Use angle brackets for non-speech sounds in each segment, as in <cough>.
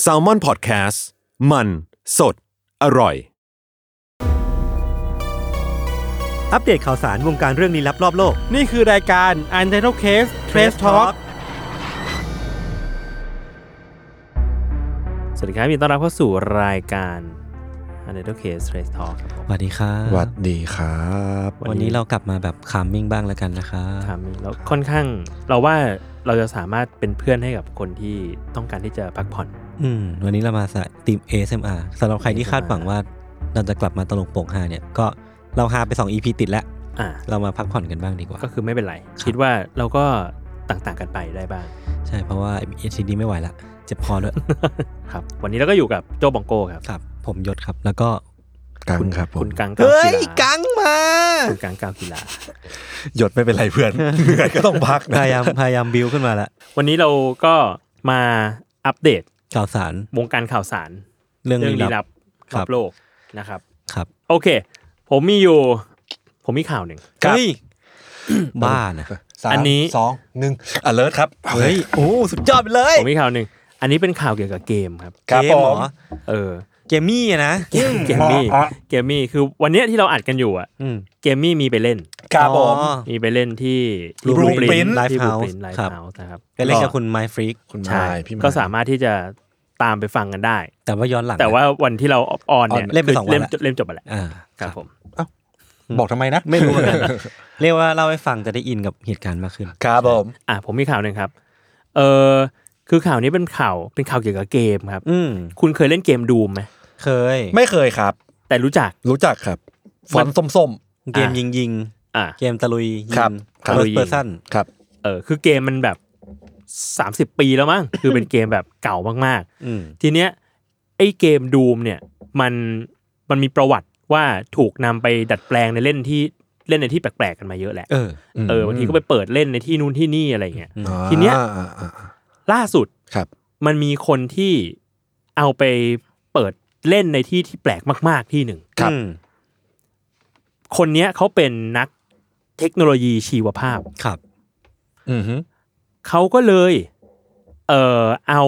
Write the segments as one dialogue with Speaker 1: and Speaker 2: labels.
Speaker 1: แซลมอนพอดแคสต์มันสดอร่อย
Speaker 2: อัปเดตข่าวสารวงการเรื่องลี้ลับรอบโลก
Speaker 3: นี่คือรายการ u n t i t l e Case Trace Talk สวัสดีครับยินดีต้อนรับเข้าสู่รายการ u n t i t l e Case Trace Talk ครับผม
Speaker 4: สวัสดีครับ
Speaker 5: หวัดดีครับ
Speaker 4: วันนี้เรากลับมาแบบคามมิ่งบ้างแล้วกันนะครับ
Speaker 3: ถามเราค่อนข้างเราว่าเราจะสามารถเป็นเพื่อนให้กับคนที่ต้องการที่จะพักผ่อน
Speaker 4: อืมวันนี้เรามาสายทีม ASMR สำหรับใครที่คาดหวังว่าเราจะกลับมาตลกโปงฮาเนี่ย ก็เราฮาไป 2 EP ติดแล้ว
Speaker 3: อ่า
Speaker 4: เรามาพักผ่อนกันบ้างดีกว่า
Speaker 3: ก็คือไม่เป็นไร
Speaker 4: ครับ
Speaker 3: คิดว่าเราก็ต่างๆกันไปได้บ้าง
Speaker 4: ใช่เพราะว่า HCD ไม่ไหวละเจ็บคอด้วย
Speaker 3: ครับ วันนี้เราก็อยู่กับโจบองโกครับ
Speaker 4: ครับ ผมยศครับ แล้วก็
Speaker 5: กังครับผม
Speaker 3: คุณกังกาวกีฬากังมาคุณกังกาวกีฬา
Speaker 5: หยดไม่เป็นไรเพื่อน <laughs> เหนื่อยก็ต้องพัก
Speaker 4: พ
Speaker 5: นะ
Speaker 4: ยายามพยายามบิวขึ้นมาละ
Speaker 3: วันนี้เราก็มาอัปเดต
Speaker 4: ข่าวสาร
Speaker 3: วงการข่าวสาร
Speaker 4: เรื่อง
Speaker 3: เรื่อง
Speaker 4: ลี้
Speaker 3: ลี้
Speaker 4: ลั
Speaker 3: ลั
Speaker 4: บ
Speaker 3: บ
Speaker 4: ค
Speaker 3: ร
Speaker 4: รั
Speaker 3: อบ บโลกนะครับ
Speaker 4: ครับ
Speaker 3: โอเค ผมมีอยู่ ผมมีข่าวหนึ่ง
Speaker 4: เฮ้ย บ้านะ
Speaker 5: สาม
Speaker 3: อันนี้
Speaker 5: สองหนึ่ง alert ครับ
Speaker 4: เฮ้ยโอ้สุดยอดไปเลย
Speaker 3: <laughs> ผมมีข่าวหนึ่ง อันนี้เป็นข่าวเกี่ยวกับเกมครับ
Speaker 5: ครับ
Speaker 4: เก
Speaker 5: ผม
Speaker 4: เหร
Speaker 5: ม
Speaker 4: อ
Speaker 3: เออ
Speaker 4: เกมมี่อะนะ
Speaker 3: เกมเกมมี่
Speaker 5: อ่ะ
Speaker 3: เกมมี่ คือวันเนี้ยที่เราอัดกันอยู่อะ
Speaker 4: อืม
Speaker 3: เกมมี่มีไปเล่น
Speaker 5: ครับผม
Speaker 4: อ๋อ
Speaker 3: มีไปเล่นที่
Speaker 5: Blue Print
Speaker 3: ไล
Speaker 4: Live
Speaker 3: ฟ์เฮา
Speaker 4: House
Speaker 3: ส์ไลฟ์
Speaker 4: ครับ
Speaker 3: เฮาส์นะครับ
Speaker 4: ไปเล่นกับคุณไมฟรีก
Speaker 5: คุณ
Speaker 3: ใช่
Speaker 5: มายพี่มาย
Speaker 3: ก็สามารถที่จะตามไปฟังกันได้
Speaker 4: แต่ว่าย้อนหลังนะ
Speaker 3: แต่ว่าวันที่เราออนเนี่ย
Speaker 4: ออนเล่นไปสองวัน
Speaker 3: เล่ม
Speaker 4: ละ
Speaker 3: เล่มจบไปแล้ว
Speaker 4: อ่า
Speaker 3: ครับผม
Speaker 5: บอกทำไมนะ
Speaker 4: ไม่รู้เหมือนกันเรียกว่าเล่าให้ฟังจะได้อินกับเหตุการณ์มากขึ้น
Speaker 5: ครับผม
Speaker 3: อ่ะผมมีข่าวหนึ่งครับ เออคือข่าวนี้เป็นข่าวเป็นข่าวเกี่ยวกับเกมครับ
Speaker 4: อืม
Speaker 3: คุณเคยเล่นเกมดูมไหม
Speaker 4: เคย
Speaker 5: ไม่เคยครับ
Speaker 3: แต่รู้จัก
Speaker 5: รู้จักครับฟอนต์ส้ม
Speaker 4: เกมยิงยิง
Speaker 3: อ่ะ
Speaker 4: เกมตะลุยยิง
Speaker 5: ครับ
Speaker 4: ค
Speaker 5: ครั
Speaker 4: รับ บเปอร์ซัน
Speaker 5: ๆครับ
Speaker 3: เออคือเกมมันแบบ 30 ปีแล้วมั้ง คือเป็นเกมแบบเก่ามาก
Speaker 4: อืม
Speaker 3: ๆ ทีเนี้ยไอ้เกมดูมเนี่ยมันมันมีประวัติว่าถูกนำไปดัดแปลงในเล่นที่เล่นในที่แปลกๆกันมาเยอะแหละ
Speaker 4: เออ
Speaker 3: เออบางทีก็ไปเปิดเล่นในที่นู่นที่นี่อะไรเงี้ย
Speaker 4: อืม
Speaker 3: ทีเนี้ย
Speaker 5: อ่าอ่าอ่าอ่า
Speaker 3: ล่าสุด
Speaker 5: ครับ
Speaker 3: มันมีคนที่เอาไปเปิดเล่นในที่ที่แปลกมาก ๆที่หนึ่ง
Speaker 5: ครับ
Speaker 4: อืม
Speaker 3: คนเนี้ยเขาเป็นนักเทคโนโลยีชีวภาพ
Speaker 4: ครับ
Speaker 5: อือฮึ
Speaker 3: เขาก็เลยเอ่อเอา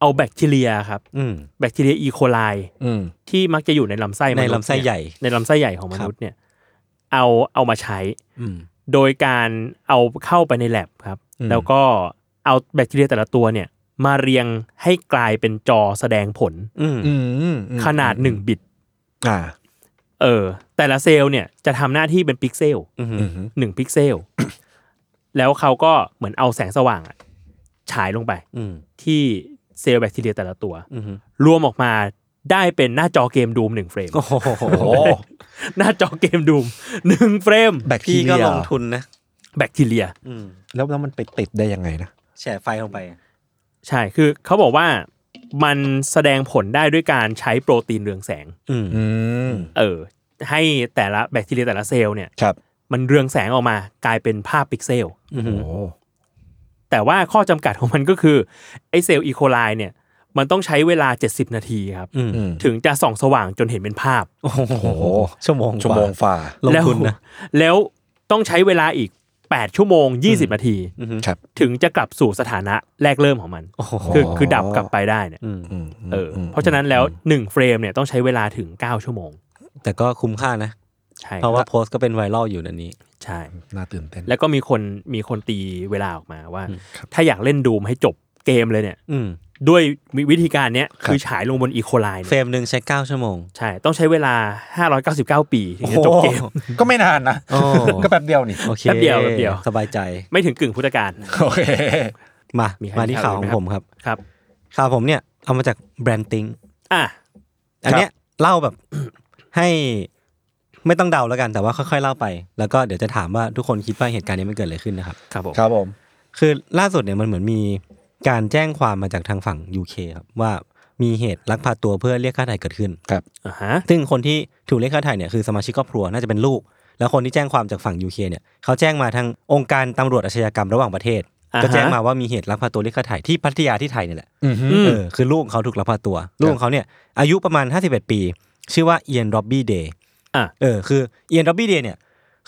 Speaker 3: เอาแบคทีเรียครับ
Speaker 4: อืม
Speaker 3: แบคทีเรียอีโคไล
Speaker 5: อืม
Speaker 3: ที่มักจะอยู่ในลำไส้มษย์
Speaker 4: ในลำไส้ใหญ่
Speaker 3: เนี่ยในลำไส้ใหญ่ของมนุษย์เนี่ย เอาเอามาใช้
Speaker 4: อืม
Speaker 3: โดยการเอาเข้าไปในแ a บครับ แล้วก็เอาแบคทีเรียแต่ละตัวเนี่ย มาเรียงให้กลายเป็นจอแสดงผล
Speaker 4: อืม
Speaker 5: อืม
Speaker 3: ขนาดหนึ่งบิต
Speaker 5: อ่า
Speaker 3: เออ แต่ละเซลล์เนี่ยจะทำหน้าที่เป็นพิกเซล
Speaker 4: อืม
Speaker 5: อือฮึ
Speaker 3: หนึ่งพิกเซล แล้วเขาก็เหมือนเอาแสงสว่างอะฉายลงไป
Speaker 4: อืม
Speaker 3: ที่เซลล์แบคทีเรียแต่ละตัว
Speaker 4: อืม
Speaker 3: รวมออกมาได้เป็นหน้าจอเกมดูมหนึ่งเฟรม
Speaker 4: โอ้โห
Speaker 5: โอ้โห
Speaker 3: หน้าจอเกมดูมหนึ่งเฟรม
Speaker 5: แบคที
Speaker 4: พี่
Speaker 5: เรี
Speaker 4: ก็
Speaker 5: ย
Speaker 4: ลงทุนนะ
Speaker 3: แบคทีเรีย
Speaker 4: อืม
Speaker 5: แล้วแล้วมันไปติดได้ยังไงนะ
Speaker 4: แฉไฟลงไป
Speaker 3: ใช่คือเขาบอกว่ามันแสดงผลได้ด้วยการใช้โปรตีนเรืองแสง
Speaker 4: อืม
Speaker 5: อืม
Speaker 3: เออ ให้แต่ละแบคทีเรียแต่ละเซลล์เนี่ย
Speaker 5: ครับ
Speaker 3: มันเรืองแสงออกมากลายเป็นภาพพิกเซล
Speaker 4: อืม
Speaker 5: โอ้โห
Speaker 3: แต่ว่าข้อจำกัดของมันก็คือ <laughs> ไอเซลล์อีโคไลเนี่ย มันต้องใช้เวลา 70 นาทีครับ
Speaker 4: อืม
Speaker 5: อืม
Speaker 3: ถึงจะส่องสว่างจนเห็นเป็นภาพ
Speaker 4: โอ้โห
Speaker 5: โอ้โห
Speaker 4: ชั่วโมงกว่า
Speaker 5: ชั่วโมงฝ่า
Speaker 4: ลง
Speaker 3: แล้ว
Speaker 4: ทุนนะ
Speaker 3: แล้วต้องใช้เวลาอีก 8 ชั่วโมง 20 นาที
Speaker 5: ครับ
Speaker 3: ถึงจะกลับสู่สถานะแรกเริ่มของมัน
Speaker 4: โอ้โห
Speaker 3: คือคือดับกลับไปได้เนี่ย
Speaker 4: อืม
Speaker 5: อืมม
Speaker 3: เอออ
Speaker 5: ม
Speaker 3: เพราะฉะนั้นแล้ว 1 เฟรมเนี่ยต้องใช้เวลาถึง 9 ชั่วโมง
Speaker 4: แต่ก็คุ้มค่านะ
Speaker 3: ใช่
Speaker 4: เพราะว่าโพสต์ก็เป็นไวรัลอยู่นันนี้
Speaker 3: ใช่
Speaker 5: น่าตื่นเต้น
Speaker 3: แล้วก็มีคนมีคนตีเวลาออกมาว่า ถ้าอยากเล่นดูมให้จบ เกมเลยเนี่ย
Speaker 4: อืม
Speaker 3: ด้วยวิธีการเนี้ย
Speaker 5: ครับ
Speaker 3: คือฉายลงบนอีโคไลน์
Speaker 4: เฟรมหนึ่งใช้เก้าชั่วโมง
Speaker 3: ใช่ ต้องใช้เวลา 599 ปีถึงจะจบเกม
Speaker 5: ก็ไม่นานนะ
Speaker 4: โอ้
Speaker 5: ก็แป๊บเดียวนี่
Speaker 4: โอเค
Speaker 3: แป๊บเดียวแป๊บเดียว
Speaker 4: สบายใจ
Speaker 3: ไม่ถึงกึ่งพุทธการ
Speaker 5: โอเค
Speaker 4: มา
Speaker 3: มีใคร
Speaker 4: มาที่
Speaker 3: มีข่า
Speaker 4: ข่าว วข
Speaker 3: อีกไหม
Speaker 4: อง
Speaker 3: ครับ
Speaker 4: ผม
Speaker 3: ค
Speaker 4: ครับ
Speaker 3: รับ
Speaker 4: ข่าวผมเนี่ย เอามาจากแบรนด์ติง
Speaker 3: อ่ะ
Speaker 4: อันเนี้ยเล่าแบบ <coughs> ให้ไม่ต้องเดาแล้วกัน แต่ว่าค่อยๆเล่าไป แล้วก็เดี๋ยวจะถามว่าทุกคนคิดว่าเหตุการณ์นี้มันเกิดอะไรขึ้นนะครับ
Speaker 3: ครับผม
Speaker 5: ครับผม
Speaker 4: คือล่าสุดเนี่ยมันเหมือนมีการแจ้งความมาจากทางฝั่ง UK ครับว่ามีเหตุลักพาตัวเพื่อเรียกค่าไถ่เกิดขึ้น
Speaker 3: อ่าฮะ
Speaker 4: ซึ่งคนที่ถูกเรียกค่าไถ่เนี่ยคือสมาชิกครอบครัวน่าจะเป็นลูก แล้วคนที่แจ้งความจากฝั่ง UK เนี่ยเขาแจ้งมาทางองค์การตำรวจอาชญากรรมระหว่างประเทศ
Speaker 3: อ่าฮะ
Speaker 4: ก็แจ้งมาว่ามีเหตุลักพาตัวเรียกค่าไถ่ที่พัทยาที่ไทยเนี่ยแหละ
Speaker 5: อือฮึ
Speaker 3: อื
Speaker 4: เอ
Speaker 3: ม
Speaker 4: อคือลูกของเขาถูกลักพาตัว ลูกของเขาเนี่ยอายุประมาณ 51 ปี ชื่อว่าเอียนร็อบบี้เดย์
Speaker 3: อ่ะ
Speaker 4: เออคือเอียนร็อบบี้เดย์เนี่ย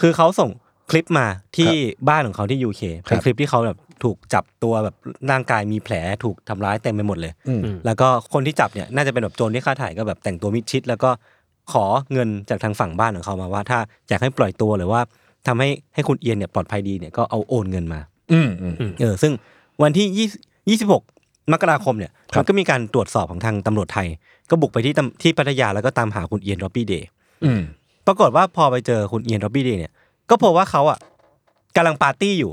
Speaker 4: คือเขาส่งคลิปมาที่บ้านของเขาที่ยูเค
Speaker 5: ครั
Speaker 4: เป็
Speaker 5: บ
Speaker 4: นคลิปที่เขาแบบถูกจับตัวแบบร่างกายมีแผลถูกทำร้ายเต็มไปหมดเลย
Speaker 5: อืม
Speaker 4: แล้วก็คนที่จับเนี่ยน่าจะเป็นแบบโจรที่ค่าถ่ายก็แบบแต่งตัวมิดชิด แล้วก็ขอเงินจากทางฝั่งบ้านของเขามาว่าถ้าอยากให้ปล่อยตัวหรือว่าทำให้ให้คุณเอียนเนี่ยปลอดภัยดีเนี่ยก็เอาโอนเงินมา
Speaker 5: อืมอืม
Speaker 4: เออซึ่งวันที่ 20 26 มกราคมเนี่ย
Speaker 5: ครับ
Speaker 4: มันก็มีการตรวจสอบของทางตำรวจไทย ก็บุกไปที่ตำที่พัทยาแล้วก็ตามหาคุณเอียนร็อบบี้เดย์
Speaker 5: อืม
Speaker 4: ปรากฏว่าพอไปเจอคุณเอียนร็อบบี้เดย์เนี่ยก็พบว่าเขาอ่ะกำลังปาร์ตี้อยู่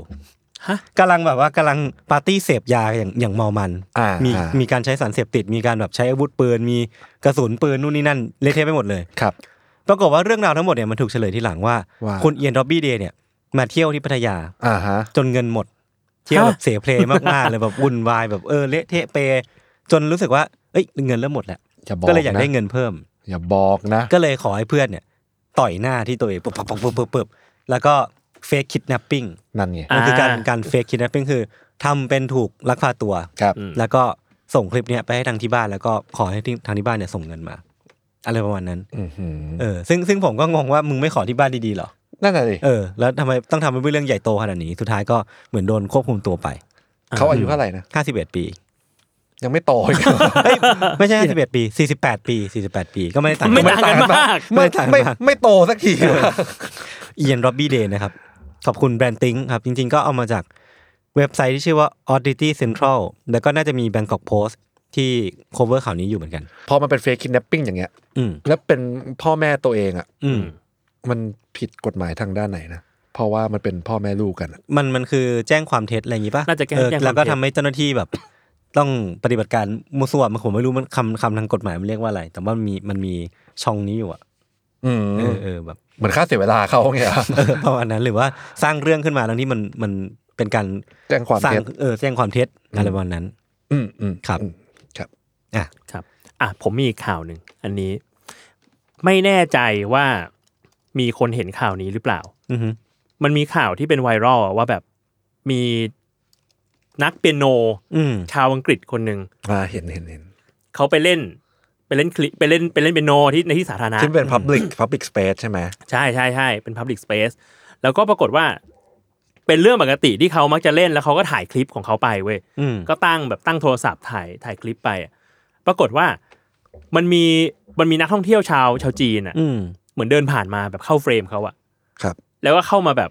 Speaker 3: ฮะ
Speaker 4: กำลังแบบว่ากำลังปาร์ตี้เสพยาอย่างอย่างเมามัน
Speaker 5: อ่า
Speaker 4: มี
Speaker 5: อ่ามี
Speaker 4: มีการใช้สารเสพติด มีการแบบใช้อาวุธปืน มีกระสุนปืนนู่นนี่นั่นเละเทะไปหมดเลย
Speaker 5: ครับ
Speaker 4: ปรากฏว่าเรื่องราวทั้งหมดเนี่ยมันถูกเฉลยที่หลังว่า
Speaker 5: ว่า
Speaker 4: คุณเอียนร็อบบี้เดย์เนี่ยมาเที่ยวที่พัทยา
Speaker 5: อ่าฮะ
Speaker 4: จนเงินหมด เที่ยวแบบเสเพลมากๆเลยแบบวุ่นวายแบบเออเละเทะเปจนรู้สึกว่าเอ้ยเงินเริ่มหมดแล้ว
Speaker 5: อย่าบอก
Speaker 4: ก็เลยอยากได้
Speaker 5: นะ
Speaker 4: เงินเพิ่ม
Speaker 5: อย่าบอกนะ
Speaker 4: ก็เลยขอให้เพื่อนเนี่ย ต่อยหน้าที่ตัวเองปุ๊บปุ๊บปุ๊บปุ๊บปุ๊บปุ๊บแล้วก็เฟกคิด n นปปิ้ง
Speaker 5: นั่นไง
Speaker 3: อ่ะ
Speaker 4: มันคือการ
Speaker 3: อ่า
Speaker 4: การเฟกคิด n นปปิ้งคือทำเป็นถูกลักพาตัว
Speaker 5: ครับ
Speaker 4: แล้วก็ส่งคลิปเนี้ยไปให้ทางที่บ้านแล้วก็ขอให้ที่ทางที่บ้านเนี่ยส่งเงินมา อะไรประมาณนั้น
Speaker 5: อือหือ
Speaker 4: เออซึ่งซึ่งผมก็งงว่ามึงไม่ขอที่บ้านดีๆเหรอ
Speaker 5: นั่นแหละดิ
Speaker 4: เออแล้วทำไมต้องทำเป็นเรื่องใหญ่โตขนาดนี้สุดท้ายก็เหมือนโดนควบคุมตัวไป
Speaker 5: เขาอายุเท่าไหร่นะ
Speaker 4: 51 ปี
Speaker 5: ยังไม่โตอีก
Speaker 4: ไม่ใช่ 51 ปี 48 ปี 48 ปีก็ไม่ได้ต่าง
Speaker 3: ไม่
Speaker 4: กัน
Speaker 3: ต่างกันมาก
Speaker 4: ไม่
Speaker 5: ไม่
Speaker 4: ต่าง
Speaker 5: ไม่
Speaker 4: มาก
Speaker 5: ไม่โตสักที
Speaker 4: เอียนร็อบบี้เดย์นะครับ ขอบคุณแบรนด์ติงครับ จริงๆ ก็เอามาจากเว็บไซต์ที่ชื่อว่า Oddity Central แล้วก็น่าจะมี Bangkok Post ที่ cover ข่าวนี้อยู่เหมือนกัน
Speaker 5: พอมันเป็นเฟ k คิ d แนปปิ้งอย่างเงี้ย
Speaker 4: อืม
Speaker 5: แล้วเป็นพ่อแม่ตัวเองอ่ะ
Speaker 4: อืม
Speaker 5: มันผิดกฎหมายทางด้านไหนนะ เพราะว่ามันเป็นพ่อแม่ลูกกันอะ
Speaker 4: มันมันคือแจ้งความเท็จอะไรอย่างนี้ป่ะ
Speaker 3: น่าจะแจ้ง
Speaker 4: เออ
Speaker 3: แจ้งความเท็จ
Speaker 4: แล้วก็ทำให้เจ้าหน้าที่แบบ ต้องปฏิบัติการมุสวมันผมไม่รู้มันคำคำทางกฎหมายมันเรียกว่าอะไร แต่ว่ามันมีมันมีช่องนี้อยู่อะ
Speaker 5: อืม
Speaker 4: เออเออแบบ <laughs>
Speaker 5: เหมือนค่าเสียเวลาเขาเงี้ย
Speaker 4: เออประมาณนั้นหรือว่าสร้างเรื่องขึ้นมาแล้วที่มันมันเป็นการ
Speaker 5: แจ้งความ
Speaker 4: สร้า
Speaker 5: เท็จ
Speaker 4: เออแจ้งความเท็จอะไรประมาณนั้น
Speaker 5: อืมอืม
Speaker 4: ครับ
Speaker 5: อืมครับ
Speaker 4: อ่ะ
Speaker 3: ครับ อ่ะ ผมมีอีกข่าวหนึ่ง อันนี้ ไม่แน่ใจว่ามีคนเห็นข่าวนี้หรือเปล่า
Speaker 4: อือฮึ
Speaker 3: มันมีข่าวที่เป็นไวรัลอะว่าแบบมีนักเปียโน
Speaker 4: อืม
Speaker 3: ชาวอังกฤษคนหนึ่ง
Speaker 5: อ่าเห็นเห็นเห็น
Speaker 3: เขาไปเล่น ไปเล่นคลิปไปเล่นไปเล่นเปียโนที่ในที่สาธารณะ
Speaker 5: ที่เป็น Public Public Space ใช่ไหม
Speaker 3: ใช่ใช่ใช่เป็น Public Space แล้วก็ปรากฏว่า เป็นเรื่องปกติที่เขามักจะเล่นแล้วเขาก็ถ่ายคลิปของเขาไปเว้ย
Speaker 4: อืม
Speaker 3: ก็ตั้งแบบตั้งโทรศัพท์ถ่ายถ่ายคลิปไปอะปรากฏว่ามันมีมันมีนักท่องเที่ยวชาวชาวจีนอ่ะ
Speaker 4: อืม
Speaker 3: เหมือนเดินผ่านมาแบบเข้าเฟรมเขาอะ
Speaker 5: ครับ
Speaker 3: แล้วก็เข้ามาแบบ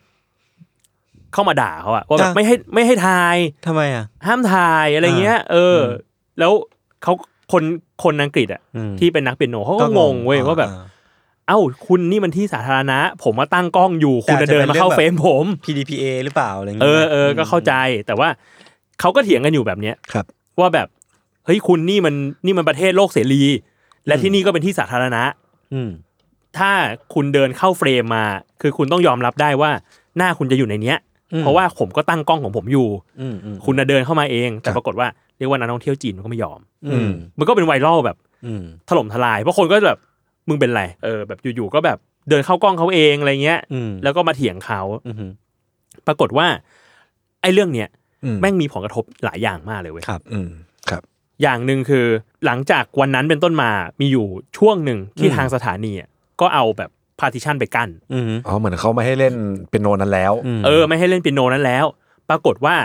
Speaker 3: เข้ามาด่าเขาอะว่าแบบ
Speaker 4: อ่ะ
Speaker 3: ไม่ให้ไม่ให้ถ่าย
Speaker 4: ทำไมอ่ะ
Speaker 3: ห้ามถ่ายอะไรเงี้ย เอออ แล้วเขาคนคนอังกฤษอะ
Speaker 4: อืม
Speaker 3: ที่เป็นนักเปียโนเขาก็งงเว้ยว่าแบบ
Speaker 4: อ่
Speaker 3: เอ้าคุณนี่มันที่สาธารณะ ผมมาตั้งกล้องอยู่ คุณ
Speaker 4: แต่อา
Speaker 3: จะ
Speaker 4: จจะ
Speaker 3: เดินมาเข้า
Speaker 4: เป็น
Speaker 3: เฟร
Speaker 4: เรื่
Speaker 3: ม
Speaker 4: องแบบ
Speaker 3: ผม
Speaker 4: PDPA หรือเปล่าอะไรอย่าง
Speaker 3: เอ
Speaker 4: เงี้
Speaker 3: อย เออก็เข้าใจ แต่ว่าเขาก็เถียงกันอยู่แบบเนี้ย
Speaker 5: ครับ
Speaker 3: ว่าแบบเฮ้ยคุณนี่มันนี่มันประเทศโลกเสรี และที่นี่ก็เป็นที่สาธารณะ
Speaker 4: อืม
Speaker 3: ถ้าคุณเดินเข้าเฟรมมา คือคุณต้องยอมรับได้ว่าหน้าคุณจะอยู่ในเนี้ย เพราะว่าผมก็ตั้งกล้องของผมอยู่
Speaker 4: อืมอืม
Speaker 3: คุณน่ะเดินเข้ามาเอง แต่
Speaker 5: ครับ
Speaker 3: ปรากฏว่าเรียกว่านักท่องเที่ยวจีนมันก็ไม่ยอม
Speaker 4: อืม
Speaker 3: มันก็เป็นไวรัลแบบ
Speaker 4: อืม
Speaker 3: ถล่มทลาย เพราะคนก็แบบมึงเป็นไร เออ แบบอยู่ๆก็แบบเดินเข้ากล้องเขาเองอะไรเงี้ย
Speaker 4: อืม
Speaker 3: แล้วก็มาเถียงเขา
Speaker 4: อืม
Speaker 3: ปรากฏว่า ไอ้เรื่องเนี้ย
Speaker 5: อืม
Speaker 3: แม่งมีผลกระทบหลายอย่างมากเลยเว้ย
Speaker 4: ครับ
Speaker 5: อืมครับ
Speaker 3: อย่างหนึ่งคือหลังจากวันนั้นเป็นต้นมามีอยู่ช่วงหนึ่งที่
Speaker 4: อืม
Speaker 3: ทางสถานีอะก็เอาแบบพาร์ติชันไปกั้น
Speaker 4: อืม
Speaker 5: อ๋อ เหมือนเขาไม่ให้เล่นเป็นโนนั้นแล้ว
Speaker 4: ม
Speaker 3: เออไม่ให้เล่นเปียโนนั้นแล้ว ปรากฏว่า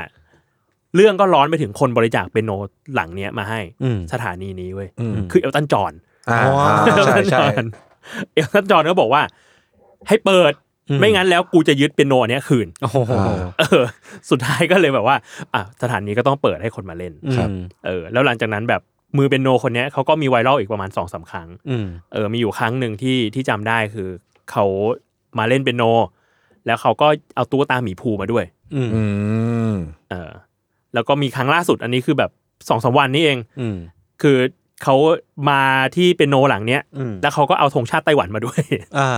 Speaker 3: เรื่องก็ร้อนไปถึงคนบริจาคเปียโนหลังเนี้ยมาให้
Speaker 4: อืม
Speaker 3: สถานีนี้เว้ย
Speaker 5: อืม
Speaker 3: คือเอลตันจอห์น
Speaker 5: อ่า
Speaker 4: อ๋อ
Speaker 5: ใช่ใช่
Speaker 3: เอลตันจอห์นก็บอกว่า ให้เปิด
Speaker 4: อื
Speaker 3: ไม่งั้นแล้วกูจะยึดเปียโนอันเนี้ยคืน
Speaker 4: โอ้โห
Speaker 3: เออ สุดท้ายก็เลยแบบว่าอ่ะสถานนี้ก็ต้องเปิดให้คนมาเล่น
Speaker 4: ครับ
Speaker 3: เออ แล้วหลังจากนั้นแบบมือเปียโนคนเนี้ยเขาก็มีไวรัลอีกประมาณสองสามครั้ง
Speaker 4: อืม
Speaker 3: เออมีอยู่ครั้งหนึ่งที่ที่จำได้คือเขามาเล่นเปียโน แล้วเขาก็เอาตุ๊กตาหมีภูมาด้วย
Speaker 4: อืม
Speaker 5: อืม
Speaker 3: เออ แล้วก็มีครั้งล่าสุดอันนี้คือแบบสองสามวันนี้เอง
Speaker 4: อืม
Speaker 3: คือเขามาที่เปียโนหลังเนี้ย
Speaker 4: อืม
Speaker 3: แล้วเขาก็เอาธงชาติไต้หวันมาด้วย <laughs>
Speaker 4: อ่า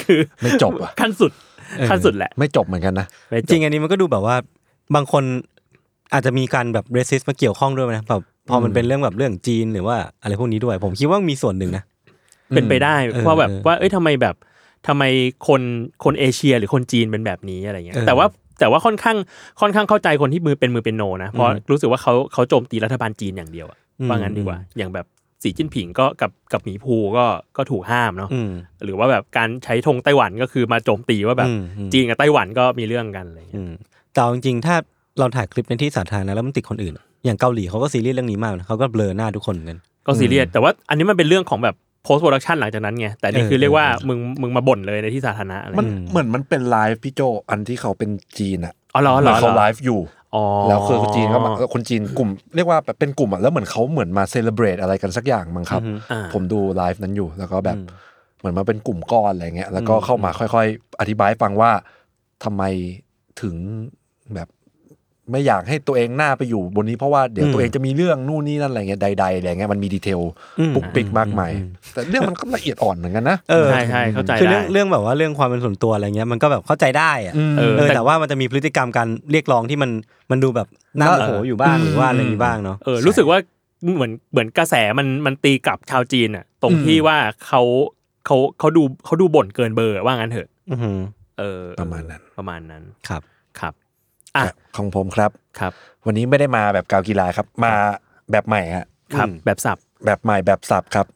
Speaker 3: คือ
Speaker 5: ไม่จบอ่ะ
Speaker 3: ขั้นสุด
Speaker 4: เออ
Speaker 3: ขั้นสุดแหละ
Speaker 5: ไม่จบเหมือนกันนะ
Speaker 3: ไม่
Speaker 4: จริงอันนี้มันก็ดูแบบว่าบางคนอาจจะมีการแบบเรสซิสมาเกี่ยวข้องด้วยนะแบบพอมันเป็นเรื่องแบบเรื่องจีนหรือว่าอะไรพวกนี้ด้วย ผมคิดว่ามีส่วนหนึ่งนะ
Speaker 3: เป็นไปได้
Speaker 4: เออ
Speaker 3: ว่าแบบ
Speaker 4: เออ
Speaker 3: ว่าเอ้ยทำไมแบบทำไมคนคนเอเชียหรือคนจีนเป็นแบบนี้อะไรเงี้ย
Speaker 4: เออ
Speaker 3: แต่ว่าแต่ว่าค่อนข้างค่อนข้างเข้าใจคนที่มือเป็นมือเป็นโนนะเพราะ
Speaker 4: อืม
Speaker 3: รู้สึกว่าเขาเขาโจมตีรัฐบาลจีนอย่างเดียวอะ
Speaker 4: อืม
Speaker 3: ว่างั้นดีกว่า อย่างแบบสีจิ้นผิงก็กับกับหมีภูก็ก็ถูกห้ามเนาะ
Speaker 4: อืม
Speaker 3: หรือว่าแบบการใช้ธงไต้หวันก็คือมาโจมตีว่าแบบ
Speaker 4: อืมอืม
Speaker 3: จีนกับไต้หวันก็มีเรื่องกันอะไรเงี้ย
Speaker 4: อืมแต่เอาจริงๆถ้าเราถ่ายคลิปในที่สาธารณะแล้วมันติดคนอื่น อย่างเกาหลีเขาก็ซีเรียสเรื่องนี้มากนะเขาก็เบลอหน้าทุกคนเหมือนกัน
Speaker 3: ก็ซีเรียสแต่ว่าอันนี้มันเป็นเรื่องของแบบ post production หลังจากนั้นไงแต่นี่
Speaker 4: เออ
Speaker 3: คือเรียกว่า
Speaker 4: เออ
Speaker 3: มึงมึงมาบ่นเลยในที่สาธารณะอะไร
Speaker 5: มัน
Speaker 3: เงี้ย
Speaker 5: เหมือนมันเป็นไลฟ์พี่โจอันที่เขาเป็นจีนอ่ะ
Speaker 3: อ๋อเหรอ
Speaker 5: เห
Speaker 3: เหร
Speaker 5: มือ
Speaker 3: อน เหร
Speaker 5: เขา
Speaker 3: อ
Speaker 5: ไลฟ์อยู่
Speaker 3: อ๋อ
Speaker 5: แล้วคือคนจีนก็มาคนจีนกลุ่ม เรียกว่าแบบเป็นกลุ่มอ่ะแล้วเหมือนเขาเหมือนมาเซเลบรตอะไรกันสักอย่างมั้งครับ
Speaker 3: อ่า
Speaker 5: ผมดูไลฟ์นั้นอยู่ แล้วก็แบบเหมือนมาเป็นกลุ่มก้อนอะไรเงี้ยแล้วก็เข้ามาค่อยๆ อธิบายให้ฟังว่าทำไมถึงแบบไม่อยากให้ตัวเองหน้าไปอยู่บนนี้เพราะว่าเดี๋ยว
Speaker 4: อืม
Speaker 5: ตัวเองจะมีเรื่องนู่นนี่นั่นอะไรเงี้ยใดๆอะไรเงี้ยมันมีดีเทล
Speaker 4: อืม
Speaker 5: ปุกปิกมากมายแต่เรื่องมันก็ละเอียดอ่อนเหมือนกันนะ
Speaker 4: เออ
Speaker 3: ใช่ใช่เข้าใจ
Speaker 4: คือ
Speaker 3: ได้
Speaker 4: เรื่องเรื่องแบบว่าเรื่องความเป็นส่วนตัวอะไรเงี้ยมันก็แบบเข้าใจได้อะ
Speaker 3: เออ
Speaker 4: เออ
Speaker 3: แต่
Speaker 4: แต่ว่ามันจะมีพฤติกรรมการเรียกร้องที่มันมันดูแบบน่าโมโหอยู่บ้างหรือว่าอะไรนี้บ้างเนาะ
Speaker 3: เออรู้สึกว่าเหมือนเหมือนกระแสมันมันตีกลับชาวจีนอ่ะ ตรง
Speaker 5: อืม
Speaker 3: ที่ว่าเขาเขาเขาดูเขาดูบ่นเกินเบอร์ว่างั้นเถอะ
Speaker 4: อือหือ
Speaker 3: เออ
Speaker 5: ประมาณนั้น
Speaker 3: ประมาณนั้น
Speaker 4: ครับ
Speaker 3: ครับ อ่ะ
Speaker 5: ของผมครับ
Speaker 3: ครับ
Speaker 5: วันนี้ไม่ได้มาแบบกาวกีฬาครับ มาแบบใหม่ฮะ
Speaker 3: ครับ
Speaker 5: อืม
Speaker 3: แบบสับ
Speaker 5: แบบใหม่แบบสับครับ